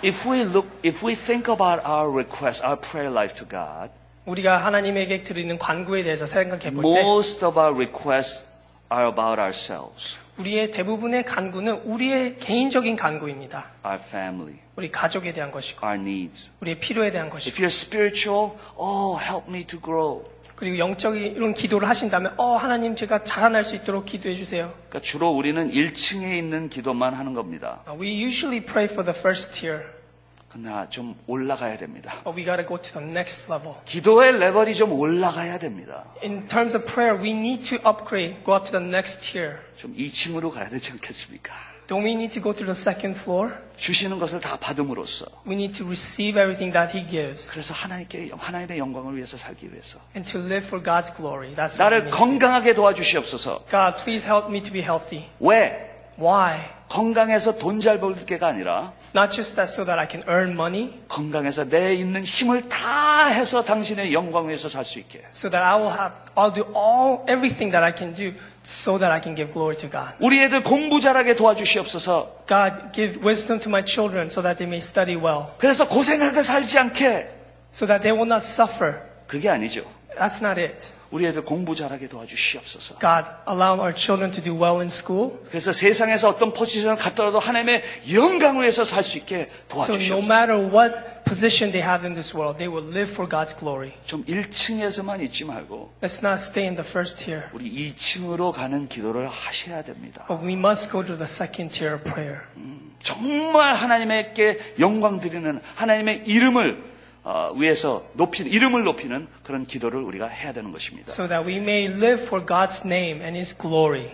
[SPEAKER 1] If we look, if we think about our requests, our prayer life to God,
[SPEAKER 2] 우리가 하나님에게 드리는 간구에 대해서 생각해 볼 때
[SPEAKER 1] most of our requests are about ourselves,
[SPEAKER 2] 우리의 대부분의 간구는 우리의 개인적인 간구입니다.
[SPEAKER 1] our family,
[SPEAKER 2] 우리 가족에 대한 것이고
[SPEAKER 1] our needs.
[SPEAKER 2] 우리의 필요에 대한
[SPEAKER 1] If
[SPEAKER 2] 것이고
[SPEAKER 1] you're spiritual, oh, help me to grow.
[SPEAKER 2] 그리고 영적인 기도를 하신다면 어 하나님 제가 자라날 수 있도록 기도해 주세요.
[SPEAKER 1] 그러니까 주로 우리는 1층에 있는 기도만 하는 겁니다.
[SPEAKER 2] 아, We usually pray for the first tier,
[SPEAKER 1] 그러나 좀 올라가야 됩니다.
[SPEAKER 2] but we gotta go to the next level.
[SPEAKER 1] 기도의 레벨이 좀 올라가야 됩니다.
[SPEAKER 2] In terms of prayer, we need to upgrade, go up to the next tier.
[SPEAKER 1] 좀 2층으로 가야 되지 않겠습니까?
[SPEAKER 2] Don't we need to go to the second floor?
[SPEAKER 1] 주시는 것을 다 받음으로써
[SPEAKER 2] We need to receive everything that He gives
[SPEAKER 1] 그래서 하나님께 하나님의 영광을 위해서 살기 위해서
[SPEAKER 2] and to live for God's glory. That's what we
[SPEAKER 1] 나를
[SPEAKER 2] need. to do.
[SPEAKER 1] 건강하게 도와주시옵소서.
[SPEAKER 2] God, please help me to be healthy.
[SPEAKER 1] 왜?
[SPEAKER 2] Why?
[SPEAKER 1] 건강해서 돈 잘 벌게가 아니라
[SPEAKER 2] Not just that so that I can earn money,
[SPEAKER 1] 건강해서 내 있는 힘을 다 해서 당신의 영광 위해서 살 수 있게.
[SPEAKER 2] so that I will have, I'll do all, everything that I can do so that I can give glory to God.
[SPEAKER 1] 우리 애들 공부 잘하게 도와주시옵소서.
[SPEAKER 2] God, give wisdom to my children so that they may study well,
[SPEAKER 1] 그래서 고생하게 살지 않게.
[SPEAKER 2] so that they will not suffer.
[SPEAKER 1] 그게 아니죠.
[SPEAKER 2] That's not it.
[SPEAKER 1] 우리 애들 공부 잘하게 도와주시옵소서.
[SPEAKER 2] God, allow our children to do well in school.
[SPEAKER 1] 그래서 세상에서 어떤 포지션을 갖더라도 하나님의 영광을 위해서 살 수 있게
[SPEAKER 2] So no
[SPEAKER 1] 도와주시옵소서.
[SPEAKER 2] matter what position they have in this world, they will live for God's glory.
[SPEAKER 1] 좀 1층에서만 있지 말고
[SPEAKER 2] Let's not stay in the first tier,
[SPEAKER 1] 우리 2층으로 가는 기도를 하셔야 됩니다.
[SPEAKER 2] but we must go to the second tier of prayer.
[SPEAKER 1] 정말 하나님께 영광 드리는 하나님의 이름을 어, 위해서 높이는 이름을 높이는 그런 기도를 우리가 해야 되는 것입니다.
[SPEAKER 2] so that we may live for God's name and His glory.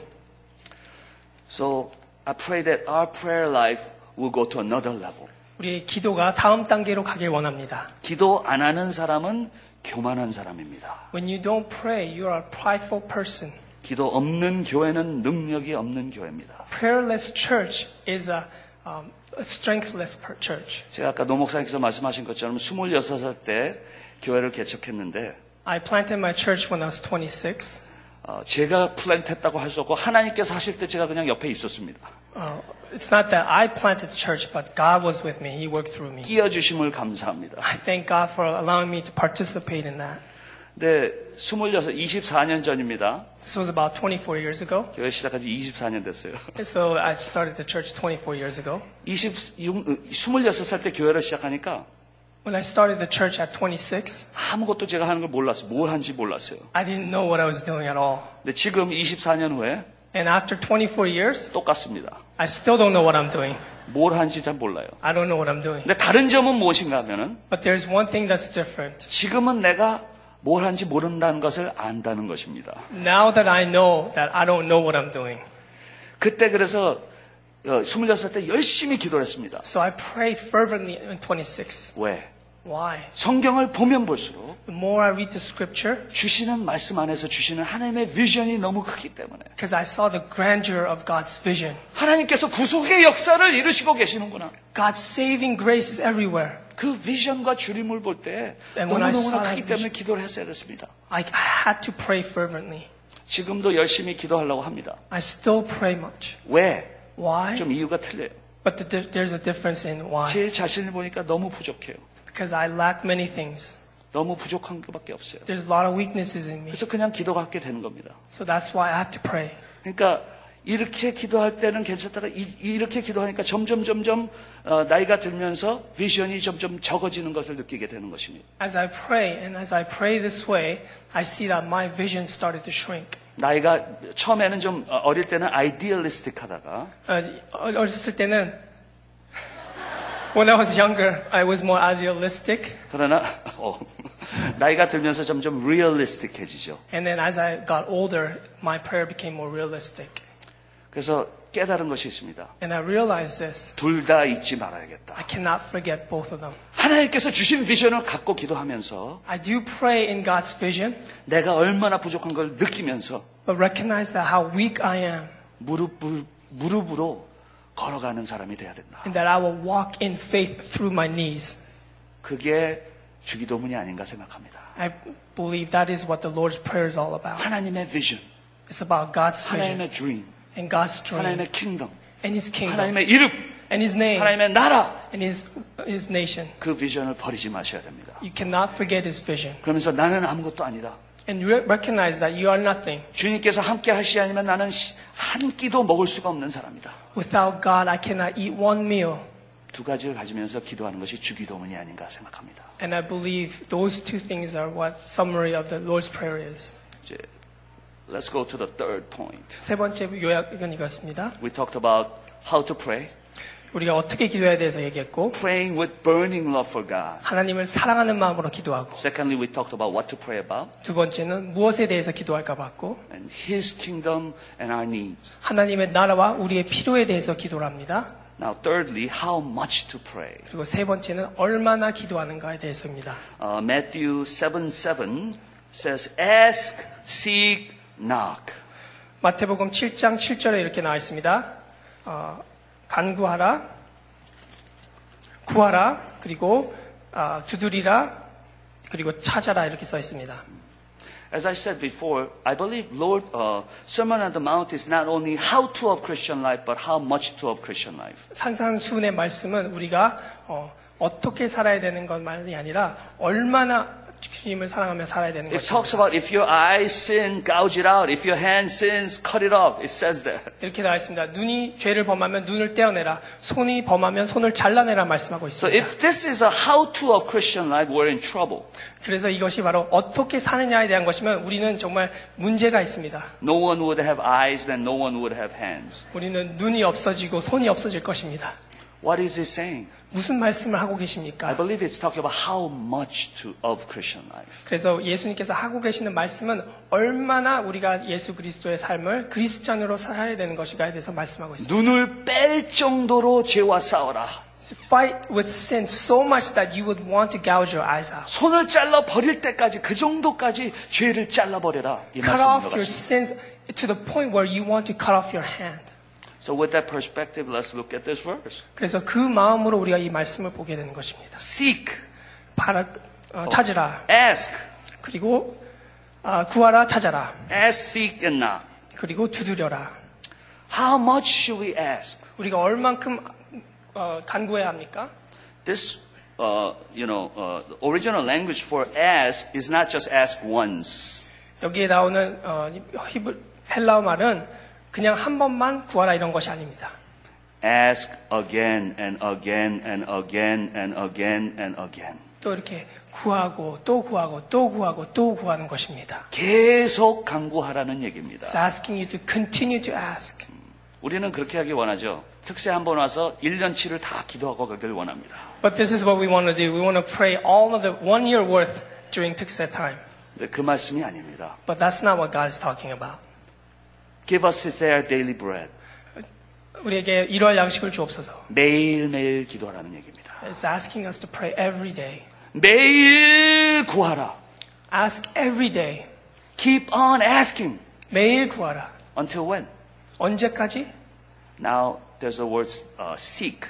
[SPEAKER 1] So I pray that our prayer life will go to another level.
[SPEAKER 2] 우리의 기도가 다음 단계로 가길 원합니다.
[SPEAKER 1] 기도 안 하는 사람은 교만한 사람입니다.
[SPEAKER 2] When you don't pray, you are a prideful person.
[SPEAKER 1] 기도 없는 교회는 능력이 없는 교회입니다.
[SPEAKER 2] Prayerless church is a, um, a strengthless per- church.
[SPEAKER 1] 제가 아까 노 목사님께서 말씀하신 것처럼 26살 때 교회를 개척했는데
[SPEAKER 2] I planted my church when I was 26.
[SPEAKER 1] 어, 제가 플랜트했다고 할 수 없고 하나님께서 하실 때 제가 그냥 옆에 있었습니다.
[SPEAKER 2] Uh, it's not that I planted the church, but God was with me. He worked through me.
[SPEAKER 1] 끼어주심을 감사합니다.
[SPEAKER 2] I thank God for allowing me to participate in that.
[SPEAKER 1] 근데 26, 24년 네, 전입니다.
[SPEAKER 2] This was about 24 years ago.
[SPEAKER 1] 교회 시작한 지 24년 됐어요.
[SPEAKER 2] And so I started the church 24 years ago.
[SPEAKER 1] 26, 26살 때 교회를 시작하니까
[SPEAKER 2] When I started the church at 26,
[SPEAKER 1] 아무것도 제가 하는 걸 몰랐어요. 뭘 하는지 몰랐어요.
[SPEAKER 2] I didn't know what I was doing at all.
[SPEAKER 1] 근데 지금 24년 후에
[SPEAKER 2] And after 24 years,
[SPEAKER 1] 똑같습니다.
[SPEAKER 2] I still don't know what I'm doing.
[SPEAKER 1] 뭘 하는지 잘 몰라요.
[SPEAKER 2] I don't know what I'm doing.
[SPEAKER 1] 근데 다른 점은 무엇인가 하면은
[SPEAKER 2] But there's one thing that's different.
[SPEAKER 1] 지금은 내가 뭘 하는지 모른다는 것을 안다는 것입니다.
[SPEAKER 2] Now that I know that I don't know what I'm doing.
[SPEAKER 1] 그때 그래서 26살 때 열심히 기도를 했습니다.
[SPEAKER 2] So I prayed fervently in 26.
[SPEAKER 1] 왜?
[SPEAKER 2] Why?
[SPEAKER 1] 성경을 보면 볼수록
[SPEAKER 2] The more I read the scripture,
[SPEAKER 1] 주시는 말씀 안에서 주시는 하나님의 비전이 너무 크기 때문에
[SPEAKER 2] because I saw the grandeur of God's vision.
[SPEAKER 1] 하나님께서 구속의 역사를 이루시고 계시는구나.
[SPEAKER 2] God's saving grace is everywhere.
[SPEAKER 1] 그 비전과 주림을 볼 때
[SPEAKER 2] And when I saw
[SPEAKER 1] 너무너무나
[SPEAKER 2] that
[SPEAKER 1] 크기 때문에 기도를 했어야 됐습니다.
[SPEAKER 2] I I had to pray fervently.
[SPEAKER 1] 지금도 열심히 기도하려고 합니다.
[SPEAKER 2] I still pray much.
[SPEAKER 1] 왜?
[SPEAKER 2] Why?
[SPEAKER 1] 좀 이유가 틀려요.
[SPEAKER 2] But the, there's a difference in why.
[SPEAKER 1] 제 자신을 보니까 너무 부족해요.
[SPEAKER 2] Because I lack many things.
[SPEAKER 1] 너무 부족한 것밖에 없어요.
[SPEAKER 2] There's a lot of weaknesses in me.
[SPEAKER 1] 그래서 그냥 기도가 하게 되는 겁니다.
[SPEAKER 2] So that's why I have to pray.
[SPEAKER 1] 그러니까 이렇게 기도할 때는 괜찮다가 이, 이렇게 기도하니까 점점 점점 어, 나이가 들면서 비전이 점점 적어지는 것을 느끼게 되는 것입니다.
[SPEAKER 2] As I pray and as I pray this way, I see that my vision started to shrink.
[SPEAKER 1] 나이가 처음에는 좀 어, 어릴 때는 아이디얼리스틱하다가
[SPEAKER 2] 어, 어렸을 때는 when I was younger, I was more idealistic,
[SPEAKER 1] 그러나 어, 나이가 들면서 점점 리얼리스틱해지죠.
[SPEAKER 2] and then as I got older, my prayer became more realistic.
[SPEAKER 1] 그래서 깨달은 것이 있습니다.
[SPEAKER 2] And I realized this.
[SPEAKER 1] 둘 다 잊지
[SPEAKER 2] I
[SPEAKER 1] 말아야겠다.
[SPEAKER 2] cannot forget both of them.
[SPEAKER 1] 하나님께서 주신 비전을 갖고 기도하면서
[SPEAKER 2] I do pray in God's vision,
[SPEAKER 1] 내가 얼마나 부족한 걸 느끼면서
[SPEAKER 2] but recognize that how weak I am,
[SPEAKER 1] 무릎, 무릎으로 걸어가는 사람이 돼야 된다.
[SPEAKER 2] and that I will walk in faith through my knees.
[SPEAKER 1] 그게 주기도문이 아닌가 생각합니다.
[SPEAKER 2] I believe that is what the Lord's prayer is all about.
[SPEAKER 1] 하나님의 비전,
[SPEAKER 2] It's about God's vision
[SPEAKER 1] 하나님의 드림,
[SPEAKER 2] and God's dream.
[SPEAKER 1] 하나님의 킹덤,
[SPEAKER 2] and his kingdom
[SPEAKER 1] 하나님의 이름,
[SPEAKER 2] and his name
[SPEAKER 1] 하나님의 나라
[SPEAKER 2] and his, his nation.
[SPEAKER 1] 그 비전을 버리지 마셔야 됩니다.
[SPEAKER 2] You cannot forget his vision
[SPEAKER 1] 그러면서 나는 아무것도 아니다.
[SPEAKER 2] and re- recognize that you are nothing.
[SPEAKER 1] 주님께서 함께 하시지 않으면 나는 시- 한 끼도 먹을 수가 없는 사람이다.
[SPEAKER 2] Without God, I cannot eat one meal.
[SPEAKER 1] 두 가지를 가지면서 기도하는 것이 주기도문이 아닌가 생각합니다.
[SPEAKER 2] And I believe those two things are what summary of the Lord's Prayer is.
[SPEAKER 1] 이제 let's go to the third point.
[SPEAKER 2] 세 번째 요약은 이것입니다.
[SPEAKER 1] We talked about how to pray,
[SPEAKER 2] 우리가 어떻게 기도해야 돼서 얘기했고
[SPEAKER 1] praying with burning love for God.
[SPEAKER 2] 하나님을 사랑하는 마음으로 기도하고
[SPEAKER 1] Secondly, we talked about what to pray about
[SPEAKER 2] 두 번째는 무엇에 대해서 기도할까 봤고
[SPEAKER 1] and His kingdom and our needs.
[SPEAKER 2] 하나님의 나라와 우리의 필요에 대해서 기도를 합니다.
[SPEAKER 1] Now, thirdly, how much to pray.
[SPEAKER 2] 그리고 세 번째는 얼마나 기도하는가에 대해서입니다.
[SPEAKER 1] Uh, Matthew 7 7 says, Ask, seek, knock.
[SPEAKER 2] 마태복음 7장 7절에 이렇게 나와 있습니다. 어, 간구하라, 구하라, 그리고 아, 두드리라, 그리고 찾아라 이렇게 써 있습니다.
[SPEAKER 1] As I said before, I believe Lord uh, Sermon on the Mount is not only how to of Christian life, but how much to of Christian life.
[SPEAKER 2] 산산수훈의 말씀은 우리가 어, 떻게 살아야 되는 것만이 아니라 얼마나 주님을 사랑하며 살아야 되는
[SPEAKER 1] It
[SPEAKER 2] 것입니다.
[SPEAKER 1] talks about if your eye sin, gouge it out. If your hand sins, cut it off. It says that.
[SPEAKER 2] 이렇게 나와 있습니다. 눈이 죄를 범하면 눈을 떼어내라. 손이 범하면 손을 잘라내라 말씀하고
[SPEAKER 1] So
[SPEAKER 2] 있습니다.
[SPEAKER 1] if this is a how-to of Christian life, we're in trouble.
[SPEAKER 2] 그래서 이것이 바로 어떻게 사느냐에 대한 것이면 우리는 정말 문제가 있습니다.
[SPEAKER 1] No one would have eyes, then no one would have hands.
[SPEAKER 2] 우리는 눈이 없어지고 손이 없어질 것입니다.
[SPEAKER 1] What is he saying?
[SPEAKER 2] 무슨 말씀을 하고
[SPEAKER 1] I
[SPEAKER 2] 계십니까?
[SPEAKER 1] believe it's talking about how much to, of Christian life.
[SPEAKER 2] 그래서 예수님께서 하고 계시는 말씀은 얼마나 우리가 예수 그리스도의 삶을 그리스찬으로 살아야 되는 것인가에 대해서 말씀하고 있습니다.
[SPEAKER 1] 눈을 뺄 정도로 죄와 싸워라.
[SPEAKER 2] Fight with sin so much that you would want to gouge your eyes out.
[SPEAKER 1] 손을 잘라 버릴 때까지 그 정도까지 죄를 잘라 버려라. 이
[SPEAKER 2] Cut off your
[SPEAKER 1] 그 말씀입니다.
[SPEAKER 2] sins to the point where you want to cut off your hand.
[SPEAKER 1] So with that perspective, let's look at this verse.
[SPEAKER 2] 그래서 그 마음으로 우리가 이 말씀을 보게 되는 것입니다.
[SPEAKER 1] Seek,
[SPEAKER 2] 바라, 어, 찾으라.
[SPEAKER 1] ask,
[SPEAKER 2] 그리고 아, 구하라 찾아라.
[SPEAKER 1] ask, seek, and knock.
[SPEAKER 2] 그리고 두드려라.
[SPEAKER 1] How much should we ask?
[SPEAKER 2] 우리가 얼만큼 어, 간구해야 합니까?
[SPEAKER 1] This, uh, you know, uh, the original language for ask is not just ask once.
[SPEAKER 2] 여기에 나오는 어, 히브, 헬라어 말은 그냥 한 번만 구하라 이런 것이 아닙니다.
[SPEAKER 1] Ask again and again and again and again and again.
[SPEAKER 2] 또 이렇게 구하고 또 구하고 또 구하고 또 구하는 것입니다.
[SPEAKER 1] 계속 강구하라는 얘기입니다.
[SPEAKER 2] It's asking you to continue to ask.
[SPEAKER 1] 우리는 그렇게 하기 원하죠. 특세 한 번 와서 1년치를 다 기도하고 가길 원합니다.
[SPEAKER 2] But this is what we want to do. We want to pray all of the one year worth during 특세 time.
[SPEAKER 1] 근데 그 말씀이 아닙니다.
[SPEAKER 2] But that's not what God is talking about.
[SPEAKER 1] Give us this our daily bread.
[SPEAKER 2] 우리에게 일월 양식을 주옵소서.
[SPEAKER 1] 매일매일 기도하라는 얘기입니다.
[SPEAKER 2] It's asking us to pray every day.
[SPEAKER 1] 매일 구하라.
[SPEAKER 2] Ask every day.
[SPEAKER 1] Keep on asking.
[SPEAKER 2] 매일 구하라.
[SPEAKER 1] Until when?
[SPEAKER 2] 언제까지?
[SPEAKER 1] Now there's the word uh, seek.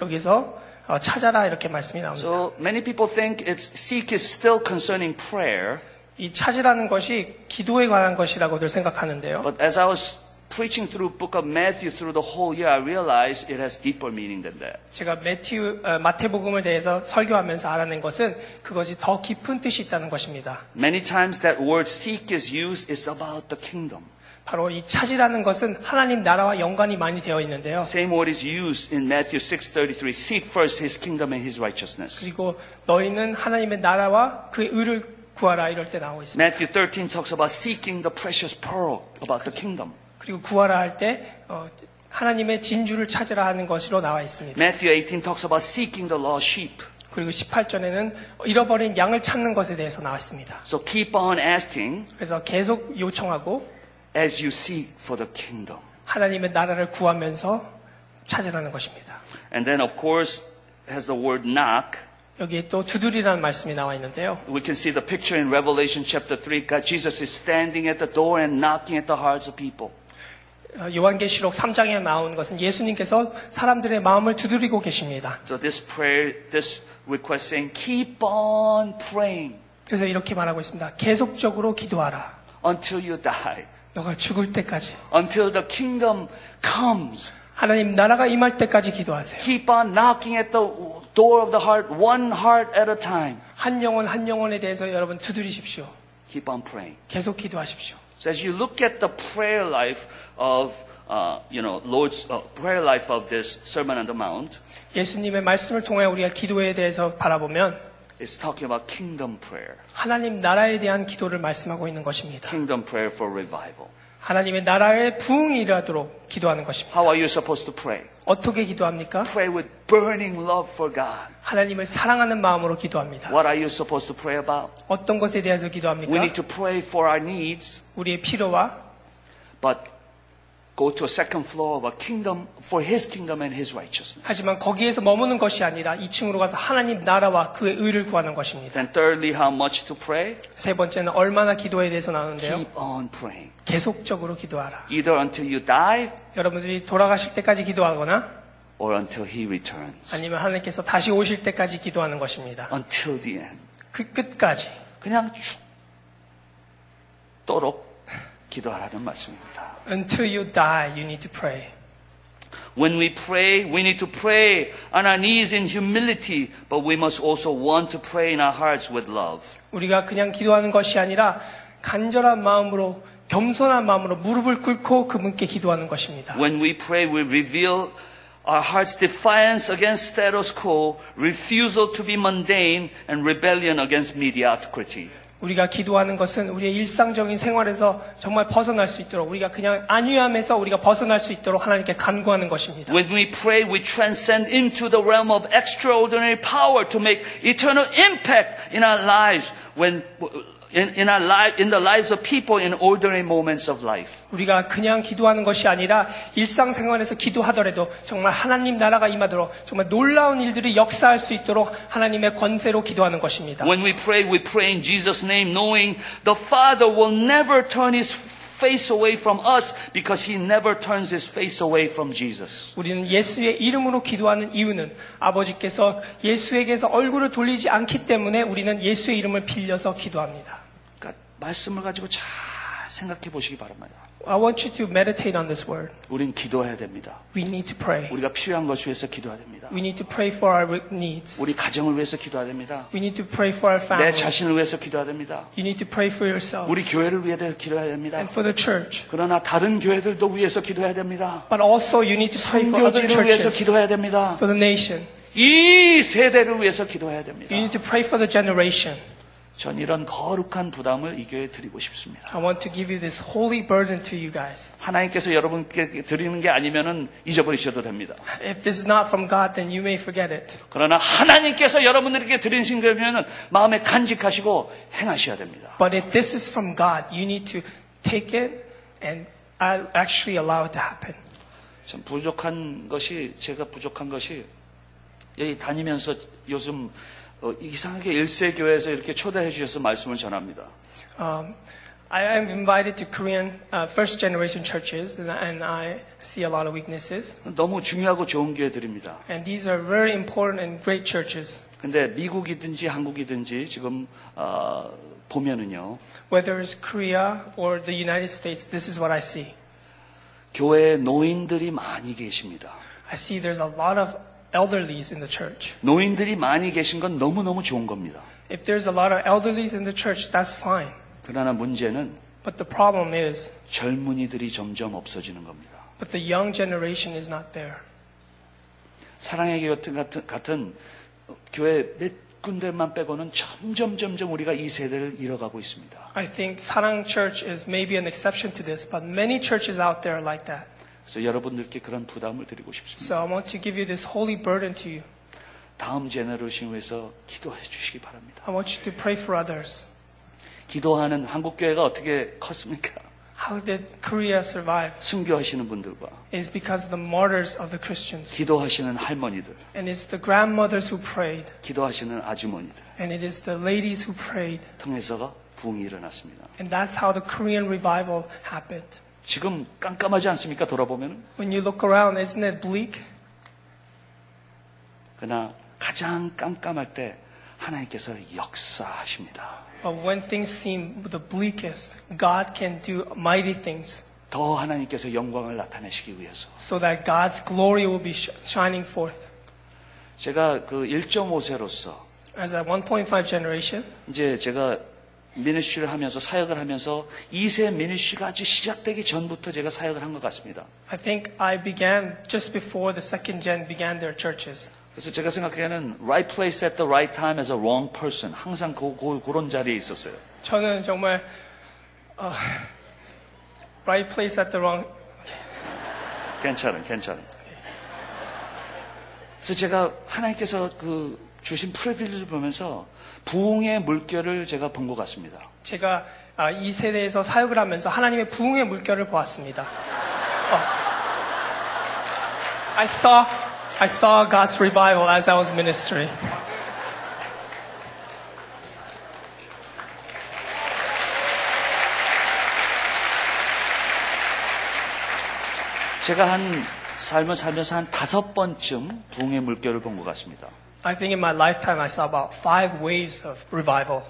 [SPEAKER 2] 여기서 어, 찾아라 이렇게 말씀이 나옵니다.
[SPEAKER 1] So many people think it's seek is still concerning prayer,
[SPEAKER 2] 이 찾으라는 것이 기도에 관한 것이라고들 생각하는데요.
[SPEAKER 1] but as I was preaching through book of Matthew through the whole year, I realized it has deeper meaning than that.
[SPEAKER 2] 제가 매튜 어, 마태복음을 대해서 설교하면서 알아낸 것은 그것이 더 깊은 뜻이 있다는 것입니다.
[SPEAKER 1] Many times that word seek is used is about the kingdom.
[SPEAKER 2] 바로 이 찾으라는 것은 하나님 나라와 연관이 많이 되어 있는데요.
[SPEAKER 1] Same word is used in Matthew 6:33. Seek first his kingdom and his righteousness.
[SPEAKER 2] 그리고 너희는 하나님의 나라와 그의 의를 구하라 이럴 때 나오고 있습니다.
[SPEAKER 1] Matthew 13 talks about seeking the precious pearl about the kingdom.
[SPEAKER 2] 그리고 구하라 할 때 어, 하나님의 진주를 찾으라 하는 것으로 나와 있습니다.
[SPEAKER 1] Matthew 18 talks about seeking the lost sheep.
[SPEAKER 2] 그리고 18절에는 잃어버린 양을 찾는 것에 대해서 나와 있습니다.
[SPEAKER 1] So keep on asking
[SPEAKER 2] 그래서 계속 요청하고
[SPEAKER 1] as you seek for the kingdom.
[SPEAKER 2] 하나님의 나라를 구하면서 찾으라는 것입니다.
[SPEAKER 1] And then of course has the word knock.
[SPEAKER 2] 여기에 또 두드리라는 말씀이 나와 있는데요.
[SPEAKER 1] We can see the picture in Revelation chapter 3. God, Jesus is standing at the door and knocking at the hearts of people.
[SPEAKER 2] 어, 요한계시록 3장에 나온 것은 예수님께서 사람들의 마음을 두드리고 계십니다.
[SPEAKER 1] So this prayer, this request saying, keep on praying
[SPEAKER 2] 그래서 이렇게 말하고 있습니다. 계속적으로 기도하라.
[SPEAKER 1] until you die,
[SPEAKER 2] 너가 죽을 때까지
[SPEAKER 1] until the kingdom comes.
[SPEAKER 2] 하나님 나라가 임할 때까지 기도하세요.
[SPEAKER 1] Keep on knocking at the door of the heart, one heart at a time.
[SPEAKER 2] 한 영혼 한 영혼에 대해서 여러분 두드리십시오.
[SPEAKER 1] Keep on praying.
[SPEAKER 2] 계속 기도하십시오.
[SPEAKER 1] So as you look at the prayer life of, uh, you know, Lord's uh, prayer life of this Sermon on the Mount,
[SPEAKER 2] 예수님의 말씀을 통해 우리가 기도에 대해서 바라보면
[SPEAKER 1] it's talking about kingdom prayer,
[SPEAKER 2] 하나님 나라에 대한 기도를 말씀하고 있는 것입니다.
[SPEAKER 1] kingdom prayer for revival.
[SPEAKER 2] 하나님의 나라의 부흥이 일하도록 기도하는 것입니다.
[SPEAKER 1] How are you supposed to pray?
[SPEAKER 2] 어떻게 기도합니까?
[SPEAKER 1] Pray with burning love for God.
[SPEAKER 2] 하나님을 사랑하는 마음으로 기도합니다.
[SPEAKER 1] What are you supposed to pray about?
[SPEAKER 2] 어떤 것에 대해서
[SPEAKER 1] We need
[SPEAKER 2] 기도합니까?
[SPEAKER 1] to pray for our needs,
[SPEAKER 2] 우리의 필요와
[SPEAKER 1] but go to a second floor of a kingdom for His kingdom and His righteousness.
[SPEAKER 2] 하지만 거기에서 머무는 것이 아니라 2층으로 가서 하나님 나라와 그의 의를 구하는 것입니다.
[SPEAKER 1] Then, thirdly, how much to pray?
[SPEAKER 2] 세 번째는 얼마나 기도에 대해서 나오는데요.
[SPEAKER 1] Keep on praying,
[SPEAKER 2] 계속적으로 기도하라.
[SPEAKER 1] either until you die
[SPEAKER 2] 여러분들이 돌아가실 때까지 기도하거나
[SPEAKER 1] or until He returns,
[SPEAKER 2] 아니면 하나님께서 다시 오실 때까지 기도하는 것입니다.
[SPEAKER 1] until the end.
[SPEAKER 2] 그 끝까지
[SPEAKER 1] 그냥 죽도록 기도하라는 말씀입니다.
[SPEAKER 2] Until you die, you need to pray.
[SPEAKER 1] When we pray, we need to pray on our knees in humility, but we must also want to pray in our hearts with love.
[SPEAKER 2] 우리가 그냥 기도하는 것이 아니라 간절한 마음으로 겸손한 마음으로 무릎을 꿇고 그분께 기도하는 것입니다.
[SPEAKER 1] When we pray, we reveal our heart's defiance against status quo, refusal to be mundane, and rebellion against mediocrity.
[SPEAKER 2] 우리가 기도하는 것은 우리의 일상적인 생활에서 정말 벗어날 수 있도록 우리가 그냥 안위함에서 우리가 벗어날 수 있도록 하나님께 간구하는 것입니다.
[SPEAKER 1] When we pray, we transcend into the realm of extraordinary power to make eternal impact in our lives, when, in, in, our li- in the lives of people in ordinary moments of life.
[SPEAKER 2] 우리가 그냥 기도하는 것이 아니라 일상생활에서 기도하더라도 정말 하나님 나라가 임하도록 정말 놀라운 일들이 역사할 수 있도록 하나님의 권세로 기도하는 것입니다.
[SPEAKER 1] When we pray, we pray in Jesus' name, knowing the Father will never turn his face away from us because he never turns his face away from Jesus.
[SPEAKER 2] 우리는 예수의 이름으로 기도하는 이유는 아버지께서 예수에게서 얼굴을 돌리지 않기 때문에 우리는 예수의 이름을 빌려서 기도합니다.
[SPEAKER 1] 그러니까 말씀을 가지고 잘 생각해 보시기 바랍니다.
[SPEAKER 2] I want you to meditate on this word.
[SPEAKER 1] 우린 기도해야 됩니다.
[SPEAKER 2] We need to pray.
[SPEAKER 1] 우리가 필요한 것을 위해서 기도해야 됩니다.
[SPEAKER 2] We need to pray for our needs.
[SPEAKER 1] 우리 가정을 위해서 기도해야 됩니다.
[SPEAKER 2] We need to pray for our
[SPEAKER 1] 내
[SPEAKER 2] family.
[SPEAKER 1] 자신을 위해서 기도해야 됩니다.
[SPEAKER 2] You need to pray for
[SPEAKER 1] 우리
[SPEAKER 2] yourselves
[SPEAKER 1] 교회를 위해 기도해야 됩니다.
[SPEAKER 2] and for the church.
[SPEAKER 1] 그러나 다른 교회들도 위해서 기도해야 됩니다.
[SPEAKER 2] But also you need to pray for other
[SPEAKER 1] 선교지를 위해서
[SPEAKER 2] churches,
[SPEAKER 1] 기도해야 됩니다.
[SPEAKER 2] for the nation.
[SPEAKER 1] 이 세대를 위해서 기도해야 됩니다.
[SPEAKER 2] You need to pray for the generation.
[SPEAKER 1] 전 이런 거룩한 부담을 이 교회에 드리고 싶습니다.
[SPEAKER 2] I want to give you this holy burden to you guys.
[SPEAKER 1] 하나님께서 여러분께 드리는 게 아니면은 잊어버리셔도 됩니다.
[SPEAKER 2] If this is not from God, then you may forget it.
[SPEAKER 1] 그러나 하나님께서 여러분들에게 드리신 거면은 마음에 간직하시고 행하셔야 됩니다.
[SPEAKER 2] But if this is from God, you need to take it and I'll actually allow it to happen.
[SPEAKER 1] 참 부족한 것이 제가 부족한 것이 여기 다니면서 요즘 어, 이상하게 일세 교회에서 이렇게 초대해 주셔서 말씀을 전합니다.
[SPEAKER 2] Um, I am invited to Korean uh, first generation churches, and, and I see a lot of weaknesses.
[SPEAKER 1] 너무 중요하고 좋은 교회들입니다.
[SPEAKER 2] And these are very important and great churches.
[SPEAKER 1] 근데 미국이든지 한국이든지 지금 어, 보면은요
[SPEAKER 2] Whether it's Korea or the United States, this is what I see.
[SPEAKER 1] 교회에 노인들이 많이 계십니다.
[SPEAKER 2] I see there's a lot of elderlies in the church.
[SPEAKER 1] 노인들이 많이 계신 건 너무너무 좋은 겁니다.
[SPEAKER 2] If there's a lot of elderlies in the church, that's fine.
[SPEAKER 1] 그러나 문제는
[SPEAKER 2] But the problem is,
[SPEAKER 1] 젊은이들이 점점 없어지는 겁니다.
[SPEAKER 2] but the young generation is not there.
[SPEAKER 1] 사랑의 교회 같은, 같은, 같은 교회 몇 군데만 빼고는 점점 점점 우리가 이 세대를 잃어가고 있습니다.
[SPEAKER 2] I think Sarang Church is maybe an exception to this, but many churches out there are like that.
[SPEAKER 1] 그래서 여러분들께 그런 부담을 드리고 싶습니다.
[SPEAKER 2] So I want to give you this holy burden to you.
[SPEAKER 1] 다음 제너레이션 위해서 기도해 주시기 바랍니다.
[SPEAKER 2] I want you to pray for others.
[SPEAKER 1] 기도하는 한국 교회가 어떻게 컸습니까?
[SPEAKER 2] How did Korea survive?
[SPEAKER 1] 순교하시는 분들과
[SPEAKER 2] It's because of the martyrs of the Christians.
[SPEAKER 1] 기도하시는 할머니들,
[SPEAKER 2] And it's the grandmothers who prayed,
[SPEAKER 1] 기도하시는 아주머니들
[SPEAKER 2] and it is the ladies who prayed.
[SPEAKER 1] 통해서가 부흥이 일어났습니다.
[SPEAKER 2] And that's how the Korean revival happened.
[SPEAKER 1] 지금 깜깜하지 않습니까? 돌아보면
[SPEAKER 2] When you look around, isn't it bleak?
[SPEAKER 1] 그러나 가장 깜깜할 때 하나님께서 역사하십니다.
[SPEAKER 2] But when things seem the bleakest, God can do mighty things
[SPEAKER 1] 더 하나님께서 영광을 나타내시기 위해서
[SPEAKER 2] so that God's glory will be sh- shining forth.
[SPEAKER 1] 제가 그 1.5세로서
[SPEAKER 2] As a 1.5 generation,
[SPEAKER 1] 이제 제가 미니쉬를 하면서 사역을 하면서 2세 미니쉬가 아주 시작되기 전부터 제가 사역을 한 것 같습니다.
[SPEAKER 2] I think I began just before the second gen began their churches.
[SPEAKER 1] 그래서 제가 생각하기에는 right place at the right time as a wrong person 항상 그, 그, 그런 자리에 있었어요.
[SPEAKER 2] 저는 정말 어, right place at the wrong
[SPEAKER 1] 괜찮은 괜찮은. 그래서 제가 하나님께서 그 주신 프리빌리지를 보면서 부흥의 물결을 제가 본 것 같습니다.
[SPEAKER 2] 제가 아, 이 세대에서 사역을 하면서 하나님의 부흥의 물결을 보았습니다. 어. I saw I saw God's revival as I was ministering.
[SPEAKER 1] 제가 한 삶을 살면서 한 다섯 번쯤 부흥의 물결을 본 것 같습니다.
[SPEAKER 2] I think in my lifetime I saw about five waves of revival.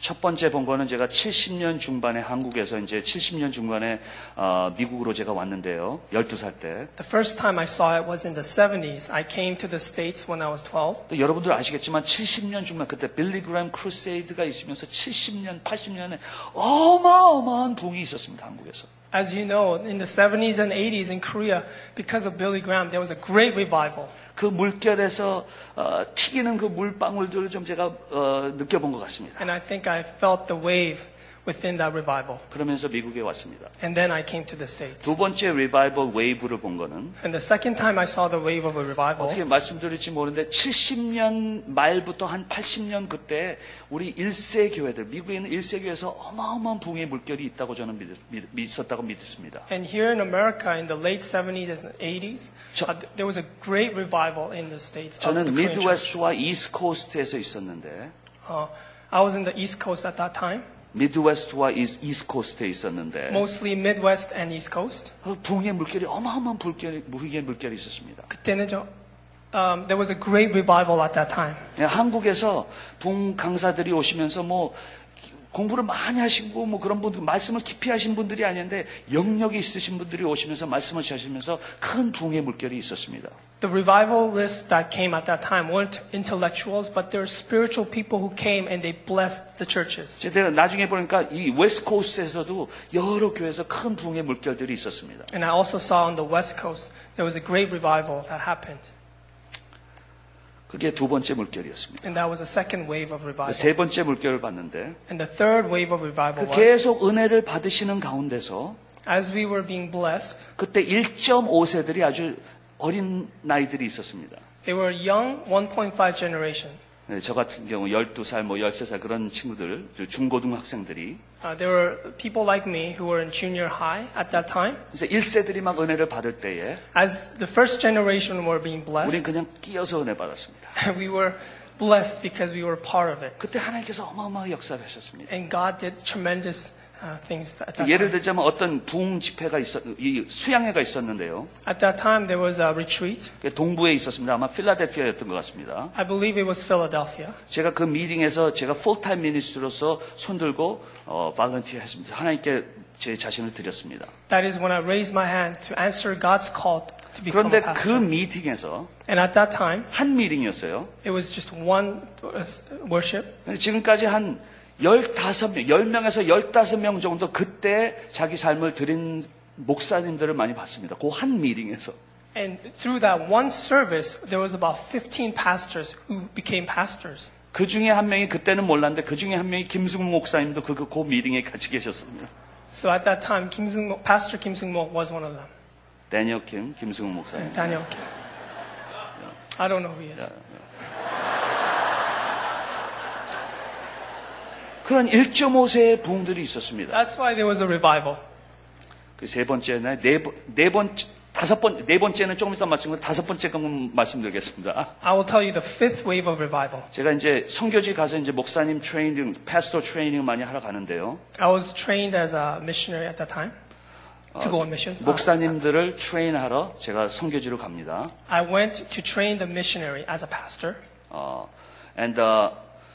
[SPEAKER 1] 첫 번째 본 거는 제가 70년 중반에 한국에서 이제 70년 중반에 어, 미국으로 제가 왔는데요. 12살 때.
[SPEAKER 2] The first time I saw it was in the 70s. I came to the States when I was 12.
[SPEAKER 1] 또 여러분들 아시겠지만 70년 중반 그때 빌리그램 크루세이드가 있으면서 70년, 80년에 어마어마한 붕이 있었습니다. 한국에서.
[SPEAKER 2] As you know, in the 70s and 80s in Korea, because of Billy Graham, there was a great revival.
[SPEAKER 1] 그 물결에서 어, 튀기는 그 물방울들을 좀 제가 어, 느껴본 것 같습니다.
[SPEAKER 2] And I think I felt the wave within that revival.
[SPEAKER 1] 그러면서 미국에 왔습니다.
[SPEAKER 2] And then I came to the States.
[SPEAKER 1] 두 번째 리바이벌 웨이브를 본 거는
[SPEAKER 2] And the second time I saw the wave of a revival,
[SPEAKER 1] 어떻게 말씀드릴지 모르는데 70년 말부터 한 80년 그때 우리 일세 교회들 미국에 있는 일세 교회에서 어마어마한 붕의 물결이 있다고 저는 믿, 믿, 믿었다고 믿습니다.
[SPEAKER 2] and here in America in the late 70s and 80s,
[SPEAKER 1] 저-
[SPEAKER 2] uh, th- there was a great revival in the States. Of the
[SPEAKER 1] 저는
[SPEAKER 2] Korean church.
[SPEAKER 1] 미드웨스트와 이스코스트에서 있었는데
[SPEAKER 2] Uh, I was in the East Coast at that time,
[SPEAKER 1] 미드웨스트와 이스, 이스코스트에 있었는데
[SPEAKER 2] mostly Midwest and East Coast.
[SPEAKER 1] 그 붕의 물결이 어마어마한 물결이, 붕의 물결이 있었습니다.
[SPEAKER 2] 그때는 좀, um, there was a great revival at that time.
[SPEAKER 1] 예, 한국에서 붕 강사들이 오시면서 뭐 공부를 많이 하시고 뭐 그런 분들 말씀을 깊이 하신 분들이 아닌데 영역이 있으신 분들이 오시면서 말씀을 하시면서 큰 붕의 물결이 있었습니다.
[SPEAKER 2] The revivalists that came at that time weren't intellectuals, but they were spiritual people who came and they blessed the churches.
[SPEAKER 1] 제가 나중에 보니까 이 웨스코스트에서도 여러 교회에서 큰 붕의 물결들이 있었습니다.
[SPEAKER 2] And I also saw on the West Coast there was a great revival that happened.
[SPEAKER 1] 그게 두 번째 물결이었습니다. 그
[SPEAKER 2] And that was a second wave of revival.
[SPEAKER 1] 세 번째 물결을 봤는데
[SPEAKER 2] And the third wave of revival
[SPEAKER 1] 그
[SPEAKER 2] was
[SPEAKER 1] 계속 은혜를 받으시는 가운데서
[SPEAKER 2] as we were being blessed,
[SPEAKER 1] 그때 1.5세들이 아주 어린 나이들이 있었습니다.
[SPEAKER 2] they were young 1.5 generation.
[SPEAKER 1] 네, 저 같은 경우 12살, 뭐 13살 그런 친구들, 저 중고등학생들이
[SPEAKER 2] Uh, there were people like me who were in junior high at that time.
[SPEAKER 1] 그래서 1세들이 막 은혜를 받을 때에
[SPEAKER 2] As the first generation were being
[SPEAKER 1] 우린
[SPEAKER 2] blessed,
[SPEAKER 1] 그냥 끼어서 은혜 받았습니다.
[SPEAKER 2] we were blessed because we were part of it.
[SPEAKER 1] 그때 하나님께서 어마어마하게 역사를 하셨습니다.
[SPEAKER 2] And God did tremendous uh, things at that
[SPEAKER 1] 예를
[SPEAKER 2] time.
[SPEAKER 1] 들자면 어떤 부흥 집회가 있었, 이 수양회가 있었는데요.
[SPEAKER 2] At that time, there was a retreat.
[SPEAKER 1] 그게 동부에 있었습니다. 아마 필라델피아였던 것 같습니다.
[SPEAKER 2] I believe it was Philadelphia.
[SPEAKER 1] 제가 그 미팅에서 제가 풀타임 미니스트로서 손들고 어, 발런티어 했습니다. 하나님께 제 자신을 드렸습니다.
[SPEAKER 2] That is when I raised my hand to answer God's call to become
[SPEAKER 1] 그런데
[SPEAKER 2] a
[SPEAKER 1] 그
[SPEAKER 2] pastor.
[SPEAKER 1] 미팅에서
[SPEAKER 2] And at that time,
[SPEAKER 1] 한 미팅이었어요.
[SPEAKER 2] it was just one uh, worship.
[SPEAKER 1] 근데 지금까지 한 15명, 10명에서 15명 정도 그때 자기 삶을 드린 목사님들을 많이 봤습니다. 그 한 미팅에서.
[SPEAKER 2] And through that one service, there was about 15 pastors who became pastors.
[SPEAKER 1] 그 중에 한 명이 그때는 몰랐는데 그 중에 한 명이 김승문 목사님도 그, 그, 그 미팅에 같이 계셨습니다.
[SPEAKER 2] So at that time, Kim Seung-mo, Pastor Kim Sung Mo was one of them.
[SPEAKER 1] 데니어 킴, 김승문 목사님.
[SPEAKER 2] Daniel Kim. I don't know who he is.
[SPEAKER 1] 그런 1.5세의 부흥들이 있었습니다.
[SPEAKER 2] That's why there was a revival.
[SPEAKER 1] 그 세 번째는 네, 번- 네 번째, 다섯 번, 네 번째는 조금 이따 말씀드리고 다섯 번째 건 말씀드리겠습니다. 아,
[SPEAKER 2] I will tell you the fifth wave of revival.
[SPEAKER 1] 제가 이제 선교지 가서 이제 목사님 트레이닝, 패스터 트레이닝 많이 하러 가는데요.
[SPEAKER 2] I was trained as a missionary at that time to go on missions.
[SPEAKER 1] 목사님들을 트레인하러 제가 선교지로 갑니다.
[SPEAKER 2] I went to train the missionary as a pastor.
[SPEAKER 1] 어, and uh,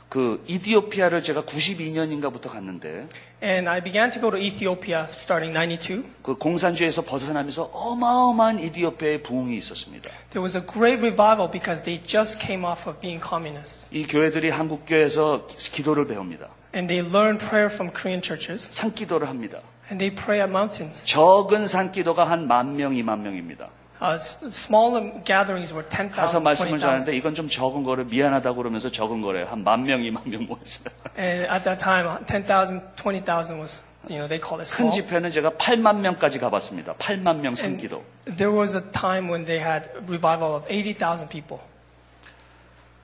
[SPEAKER 1] 그 이디오피아를 제가 92년인가부터 갔는데
[SPEAKER 2] And I began to go to Ethiopia starting 92.
[SPEAKER 1] 그 공산주의에서 벗어나면서 어마어마한 이디오피아의 부흥이 있었습니다.
[SPEAKER 2] There was a great revival because they just came off of being communists.
[SPEAKER 1] 이 교회들이 한국 교회에서 기도를 배웁니다.
[SPEAKER 2] And they learned prayer from Korean churches.
[SPEAKER 1] 산기도를 합니다.
[SPEAKER 2] And they pray at mountains.
[SPEAKER 1] 적은 산기도가 한 만 명, 이만 명입니다.
[SPEAKER 2] Uh, s- small gatherings were
[SPEAKER 1] 가서
[SPEAKER 2] 10,000,
[SPEAKER 1] 말씀을 전하는데
[SPEAKER 2] 20,000.
[SPEAKER 1] 이건 좀 적은 거를 미안하다고 그러면서 적은 거래요. 한 만 명, 이만 명 모였어요.
[SPEAKER 2] And at that time, uh, 10,000, 20,000 was, you know, they call it
[SPEAKER 1] 큰
[SPEAKER 2] small.
[SPEAKER 1] 집회는 제가 8만 명까지 가봤습니다. 8만 명 산기도.
[SPEAKER 2] There was a time when they had revival of 80,000 people.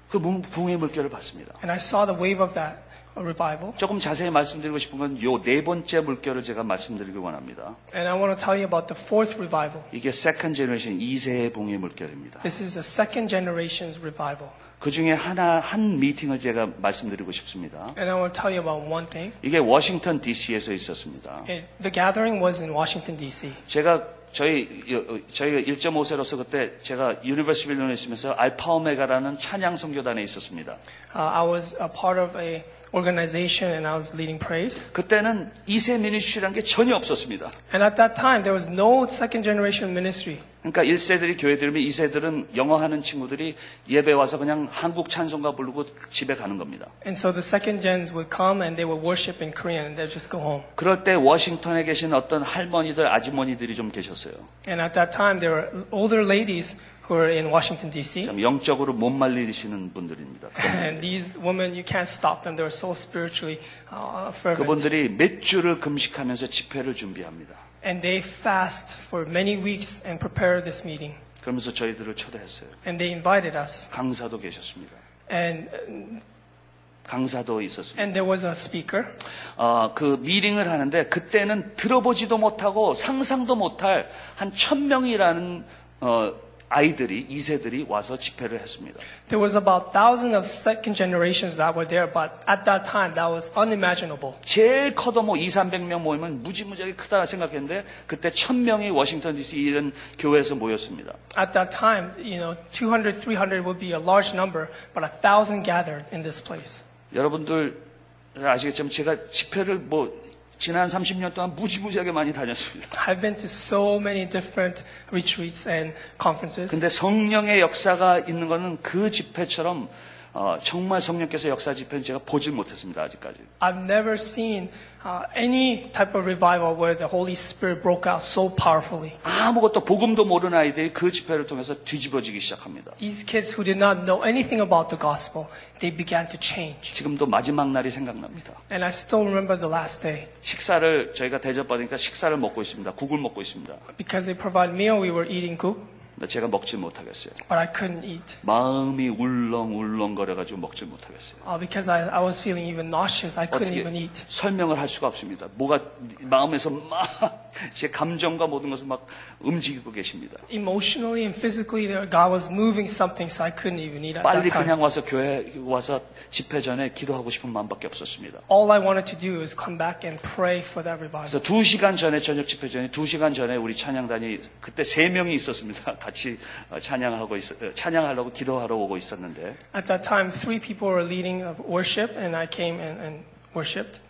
[SPEAKER 1] 그 문- 붕의 물결을 봤습니다.
[SPEAKER 2] And I saw the wave of that uh, revival.
[SPEAKER 1] 조금 자세히 말씀드리고 싶은 건 요 네 번째 물결을 제가 말씀드리기 원합니다.
[SPEAKER 2] And I want to tell you about the fourth revival.
[SPEAKER 1] 이게 세컨 제너레이션 2세의 붕의 물결입니다.
[SPEAKER 2] This is the second generation's revival.
[SPEAKER 1] 그 중에 하나 한 미팅을 제가 말씀드리고 싶습니다.
[SPEAKER 2] And I want to tell you about one thing.
[SPEAKER 1] 이게 워싱턴 D.C.에서 있었습니다.
[SPEAKER 2] It- the gathering was in Washington, D.C.
[SPEAKER 1] 제가 저희 여- 저희가 1.5세로서 그때 제가 유니버스 빌런에 있으면서 알파 오메가라는 찬양 선교단에 있었습니다.
[SPEAKER 2] Uh, I was a part of a organization and I was leading praise.
[SPEAKER 1] 그때는 2세 미니스트라는 게 전혀 없었습니다.
[SPEAKER 2] And at that time, there was no second generation ministry.
[SPEAKER 1] 그러니까 1세들이 교회 들으면 2세들은 영어 하는 친구들이 예배 와서 그냥 한국 찬송가 부르고 집에 가는 겁니다.
[SPEAKER 2] And so the second gens would come and they would worship in Korean and they'd just go home.
[SPEAKER 1] 그럴 때 워싱턴에 계신 어떤 할머니들, 아주머니들이 좀 계셨어요.
[SPEAKER 2] And at that time, there were older ladies who were in Washington, D.C.
[SPEAKER 1] 참 영적으로 못 말리시는 분들입니다.
[SPEAKER 2] And these women, you can't stop them. They were so spiritually uh, fervent.
[SPEAKER 1] 그분들이 몇 주를 금식하면서 집회를 준비합니다.
[SPEAKER 2] And they fast for many weeks and prepare this meeting.
[SPEAKER 1] 그러면서 저희들을 초대했어요.
[SPEAKER 2] And they invited us.
[SPEAKER 1] 강사도 계셨습니다.
[SPEAKER 2] And,
[SPEAKER 1] 강사도 있었습니다.
[SPEAKER 2] and there was a speaker.
[SPEAKER 1] 어, 그 미링을 하는데 그때는 들어보지도 못하고 상상도 못할 한 천명이라는 어, 아이들이 2세들이 와서 집회를 했습니다.
[SPEAKER 2] There was about thousands of second generations that were there, but at that time, that was unimaginable.
[SPEAKER 1] 제일 커도 뭐 2, 300명 모이면 무지무지하게 크다 생각했는데 그때 천명이 워싱턴 DC 이런 교회에서 모였습니다.
[SPEAKER 2] At that time, you know, 200, 300 would be a large number, but a thousand gathered in this place.
[SPEAKER 1] 여러분들 아시겠지만 제가 집회를 뭐 지난 30년 동안 무지무지하게 많이 다녔습니다.
[SPEAKER 2] I've been to so many different retreats and conferences,
[SPEAKER 1] 근데 성령의 역사가 있는 거는 그 집회처럼 어, 정말 성령께서 역사 집회는 제가 보질 못했습니다. 아직까지.
[SPEAKER 2] I've never seen uh, any type of revival where the Holy Spirit broke out so powerfully.
[SPEAKER 1] 아무것도 복음도 모르는 아이들이 그 집회를 통해서 뒤집어지기 시작합니다.
[SPEAKER 2] These kids who did not know anything about the gospel, they began to change.
[SPEAKER 1] 지금도 마지막 날이 생각납니다.
[SPEAKER 2] And I still remember the last day.
[SPEAKER 1] 식사를 저희가 대접받으니까 식사를 먹고 있습니다. 국을 먹고 있습니다.
[SPEAKER 2] Because they provide meal, we were eating goop,
[SPEAKER 1] 근데 제가 먹지 못하겠어요.
[SPEAKER 2] but I couldn't eat
[SPEAKER 1] 마음이 울렁울렁거려가지고 먹지 못하겠어요.
[SPEAKER 2] uh, because I, I was feeling even nauseous. I couldn't
[SPEAKER 1] 어떻게
[SPEAKER 2] even eat.
[SPEAKER 1] 설명을 할 수가 없습니다. 뭐가 마음에서 막 제 감정과 모든 것을 막 움직이고 계십니다.
[SPEAKER 2] Emotionally and physically, there- God was moving something, so I couldn't even eat at that
[SPEAKER 1] 빨리
[SPEAKER 2] time.
[SPEAKER 1] 그냥 와서 교회 와서 집회 전에 기도하고 싶은 마음밖에 없었습니다.
[SPEAKER 2] All I wanted to do is come back and pray for that revival.
[SPEAKER 1] 그래서 두 시간 전에 저녁 집회 전에 두 시간 전에 우리 찬양단이 그때 세 명이 있었습니다. 같이 어, 찬양하고 있- 어, 찬양하려고 기도하러 오고 있었는데
[SPEAKER 2] At that time, three people were leading of worship, and I came and, and worshipped.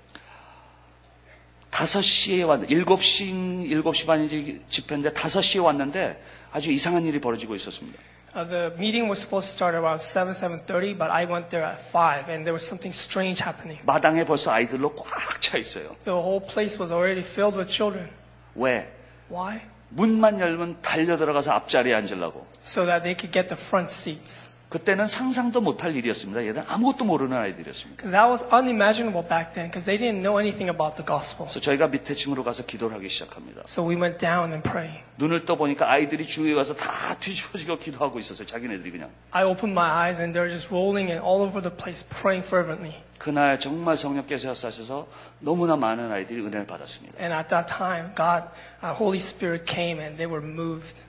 [SPEAKER 1] 다섯 시에 왔는데 일곱 시 일곱 시 반인지 집회인데 다섯 시에 왔는데 아주 이상한 일이 벌어지고 있었습니다.
[SPEAKER 2] Uh, the meeting was supposed to start around 7, 7.30, but I went there at 5, and there was something strange happening.
[SPEAKER 1] 마당에 벌써 아이들로 꽉 차 있어요.
[SPEAKER 2] The whole place was already filled with children.
[SPEAKER 1] 왜?
[SPEAKER 2] Why?
[SPEAKER 1] 문만 열면 달려 들어가서 앞자리에 앉으려고.
[SPEAKER 2] So that they could get the front seats.
[SPEAKER 1] 그때는 상상도 못할 일이었습니다. 얘는 아무것도 모르는 아이들이었습니다.
[SPEAKER 2] Because that was unimaginable back then, because they didn't know anything about the gospel.
[SPEAKER 1] 그래서 저희가 밑에 층으로 가서 기도를 하기 시작합니다.
[SPEAKER 2] So we went down and prayed.
[SPEAKER 1] 눈을 떠보니까 아이들이 주위에 와서 다 뒤집어지고 기도하고 있었어요. 자기네들이 그냥.
[SPEAKER 2] I opened my eyes, and they were just rolling and all over the place, praying fervently.
[SPEAKER 1] 그날 정말 성령께서 역사하셔서 너무나 많은 아이들이 은혜를 받았습니다.
[SPEAKER 2] And at that time, God, our Holy Spirit came and they were moved.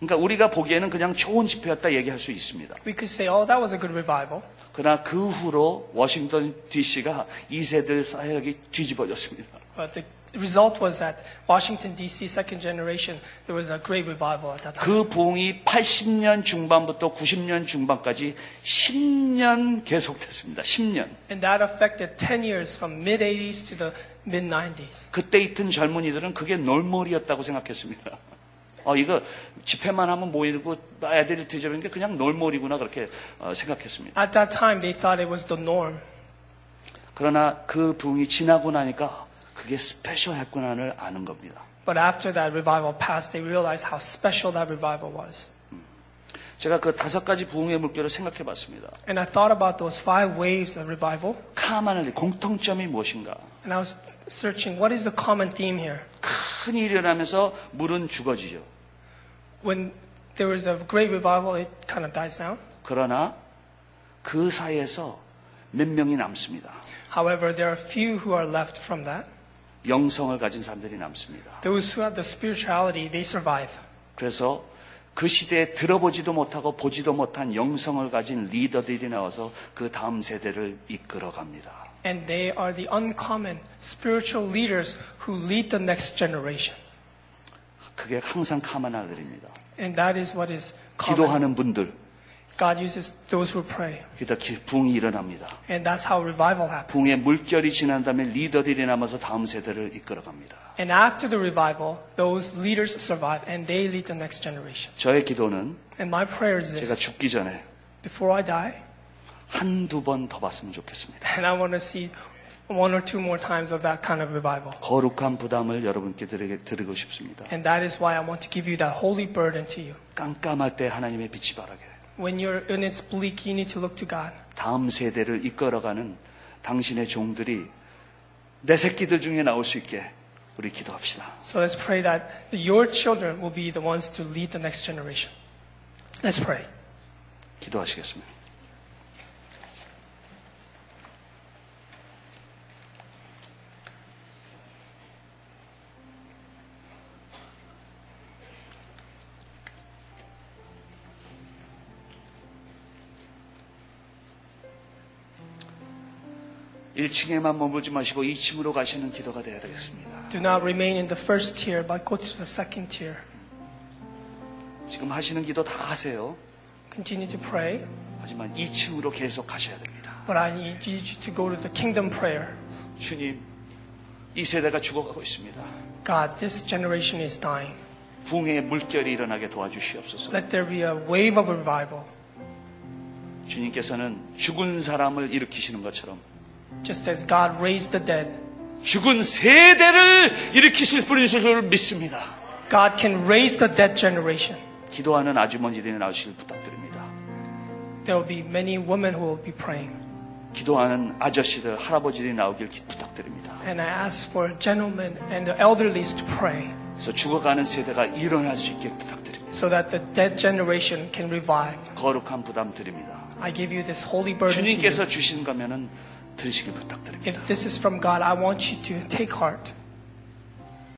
[SPEAKER 1] 그러니까 우리가 보기에는 그냥 좋은 집회였다 얘기할 수 있습니다.
[SPEAKER 2] We could say, oh, that was a good revival.
[SPEAKER 1] 그러나 그 후로 워싱턴 DC가 2세들 사역이 뒤집어졌습니다.
[SPEAKER 2] But the result was that Washington, D.C., second generation, there was a great revival at that time.
[SPEAKER 1] 그 부흥이 80년 중반부터 90년 중반까지 10년 계속됐습니다. 10년.
[SPEAKER 2] And that affected 10 years from mid 80s to the mid 90s.
[SPEAKER 1] 그때 있던 젊은이들은 그게 놀몰이었다고 생각했습니다. 어, 이거 집회만 하면 모이고 애들을 뒤집는 게 그냥 놀몰이구나 그렇게 어, 생각했습니다.
[SPEAKER 2] At that time, they thought it was the norm.
[SPEAKER 1] 그러나 그 부흥이 지나고 나니까 그게 스페셜했구나를 아는 겁니다.
[SPEAKER 2] But after that revival passed, they realized how special that revival was.
[SPEAKER 1] 제가 그 다섯 가지 부흥의 물결을 생각해 봤습니다.
[SPEAKER 2] And I thought about those five waves of revival,
[SPEAKER 1] 카만의 공통점이 무엇인가?
[SPEAKER 2] and I was searching what is the common theme here?
[SPEAKER 1] 큰 일이 일어나면서 물은 죽어지죠.
[SPEAKER 2] when there was a great revival, it kind of dies down.
[SPEAKER 1] 그러나 그 사이에서 몇 명이 남습니다.
[SPEAKER 2] However, there are few who are left from that.
[SPEAKER 1] 영성을 가진 사람들이 남습니다.
[SPEAKER 2] Those who have the spirituality, they survive.
[SPEAKER 1] 그래서 그 시대에 들어보지도 못하고 보지도 못한 영성을 가진 리더들이 나와서 그 다음 세대를 이끌어 갑니다.
[SPEAKER 2] And they are the uncommon spiritual leaders who lead the next generation.
[SPEAKER 1] 그게 항상 카만할 일입니다.
[SPEAKER 2] And that is what is common.
[SPEAKER 1] 기도하는 분들,
[SPEAKER 2] God uses those who pray.
[SPEAKER 1] 그러다 기- 붕이 일어납니다.
[SPEAKER 2] And that's how revival happens.
[SPEAKER 1] 붕의 물결이 지난 다음에 리더들이 남아서 다음 세대를 이끌어갑니다.
[SPEAKER 2] And after the revival, those leaders survive and they lead the next generation.
[SPEAKER 1] 저의 기도는
[SPEAKER 2] And my prayer is
[SPEAKER 1] 제가
[SPEAKER 2] this
[SPEAKER 1] 죽기 전에
[SPEAKER 2] before I die,
[SPEAKER 1] 한두 번 더 봤으면 좋겠습니다.
[SPEAKER 2] and I want to see one or two more times of that kind of revival.
[SPEAKER 1] 거룩한 부담을 여러분께 드리, 드리고 싶습니다.
[SPEAKER 2] And that is why I want to give you that holy burden to you.
[SPEAKER 1] 깜깜할 때 하나님의 빛이 바라게
[SPEAKER 2] When you're in its bleak, you need to look to God.
[SPEAKER 1] 다음 세대를 이끌어가는 당신의 종들이 내 새끼들 중에 나올 수 있게 우리 기도합시다.
[SPEAKER 2] So let's pray that your children will be the ones to lead the next generation. Let's pray.
[SPEAKER 1] 기도하시겠습니다. 일층에만 머물지 마시고 이층으로 가시는 기도가 되어야 되겠습니다.
[SPEAKER 2] Do not remain in the first tier, but go to the second tier.
[SPEAKER 1] 지금 하시는 기도 다 하세요.
[SPEAKER 2] Continue to pray,
[SPEAKER 1] 하지만 이층으로 계속 가셔야 됩니다.
[SPEAKER 2] but I need you to go to the kingdom prayer.
[SPEAKER 1] 주님, 이 세대가 죽어가고 있습니다.
[SPEAKER 2] God, this generation is dying.
[SPEAKER 1] 붕의 물결이 일어나게 도와주시옵소서.
[SPEAKER 2] Let there be a wave of revival,
[SPEAKER 1] 주님께서는 죽은 사람을 일으키시는 것처럼
[SPEAKER 2] just as God raised the dead.
[SPEAKER 1] 죽은 세대를 일으키실 분이신 줄 믿습니다.
[SPEAKER 2] God can raise the dead generation.
[SPEAKER 1] 기도하는 아주머니들이 나오시길 부탁드립니다.
[SPEAKER 2] There will be many women who will be praying.
[SPEAKER 1] 기도하는 아저씨들, 할아버지들이 나오길 기- 부탁드립니다.
[SPEAKER 2] And I ask for gentlemen and the elderlies to pray
[SPEAKER 1] 그래서 죽어가는 세대가 일어날 수 있게 부탁드립니다.
[SPEAKER 2] so that the dead generation can revive.
[SPEAKER 1] 거룩한 부담 드립니다.
[SPEAKER 2] I give you this holy burden. To you.
[SPEAKER 1] 주님께서 주신 거면은 들으시길 부탁드립니다.
[SPEAKER 2] If this is from God, I want you to take heart.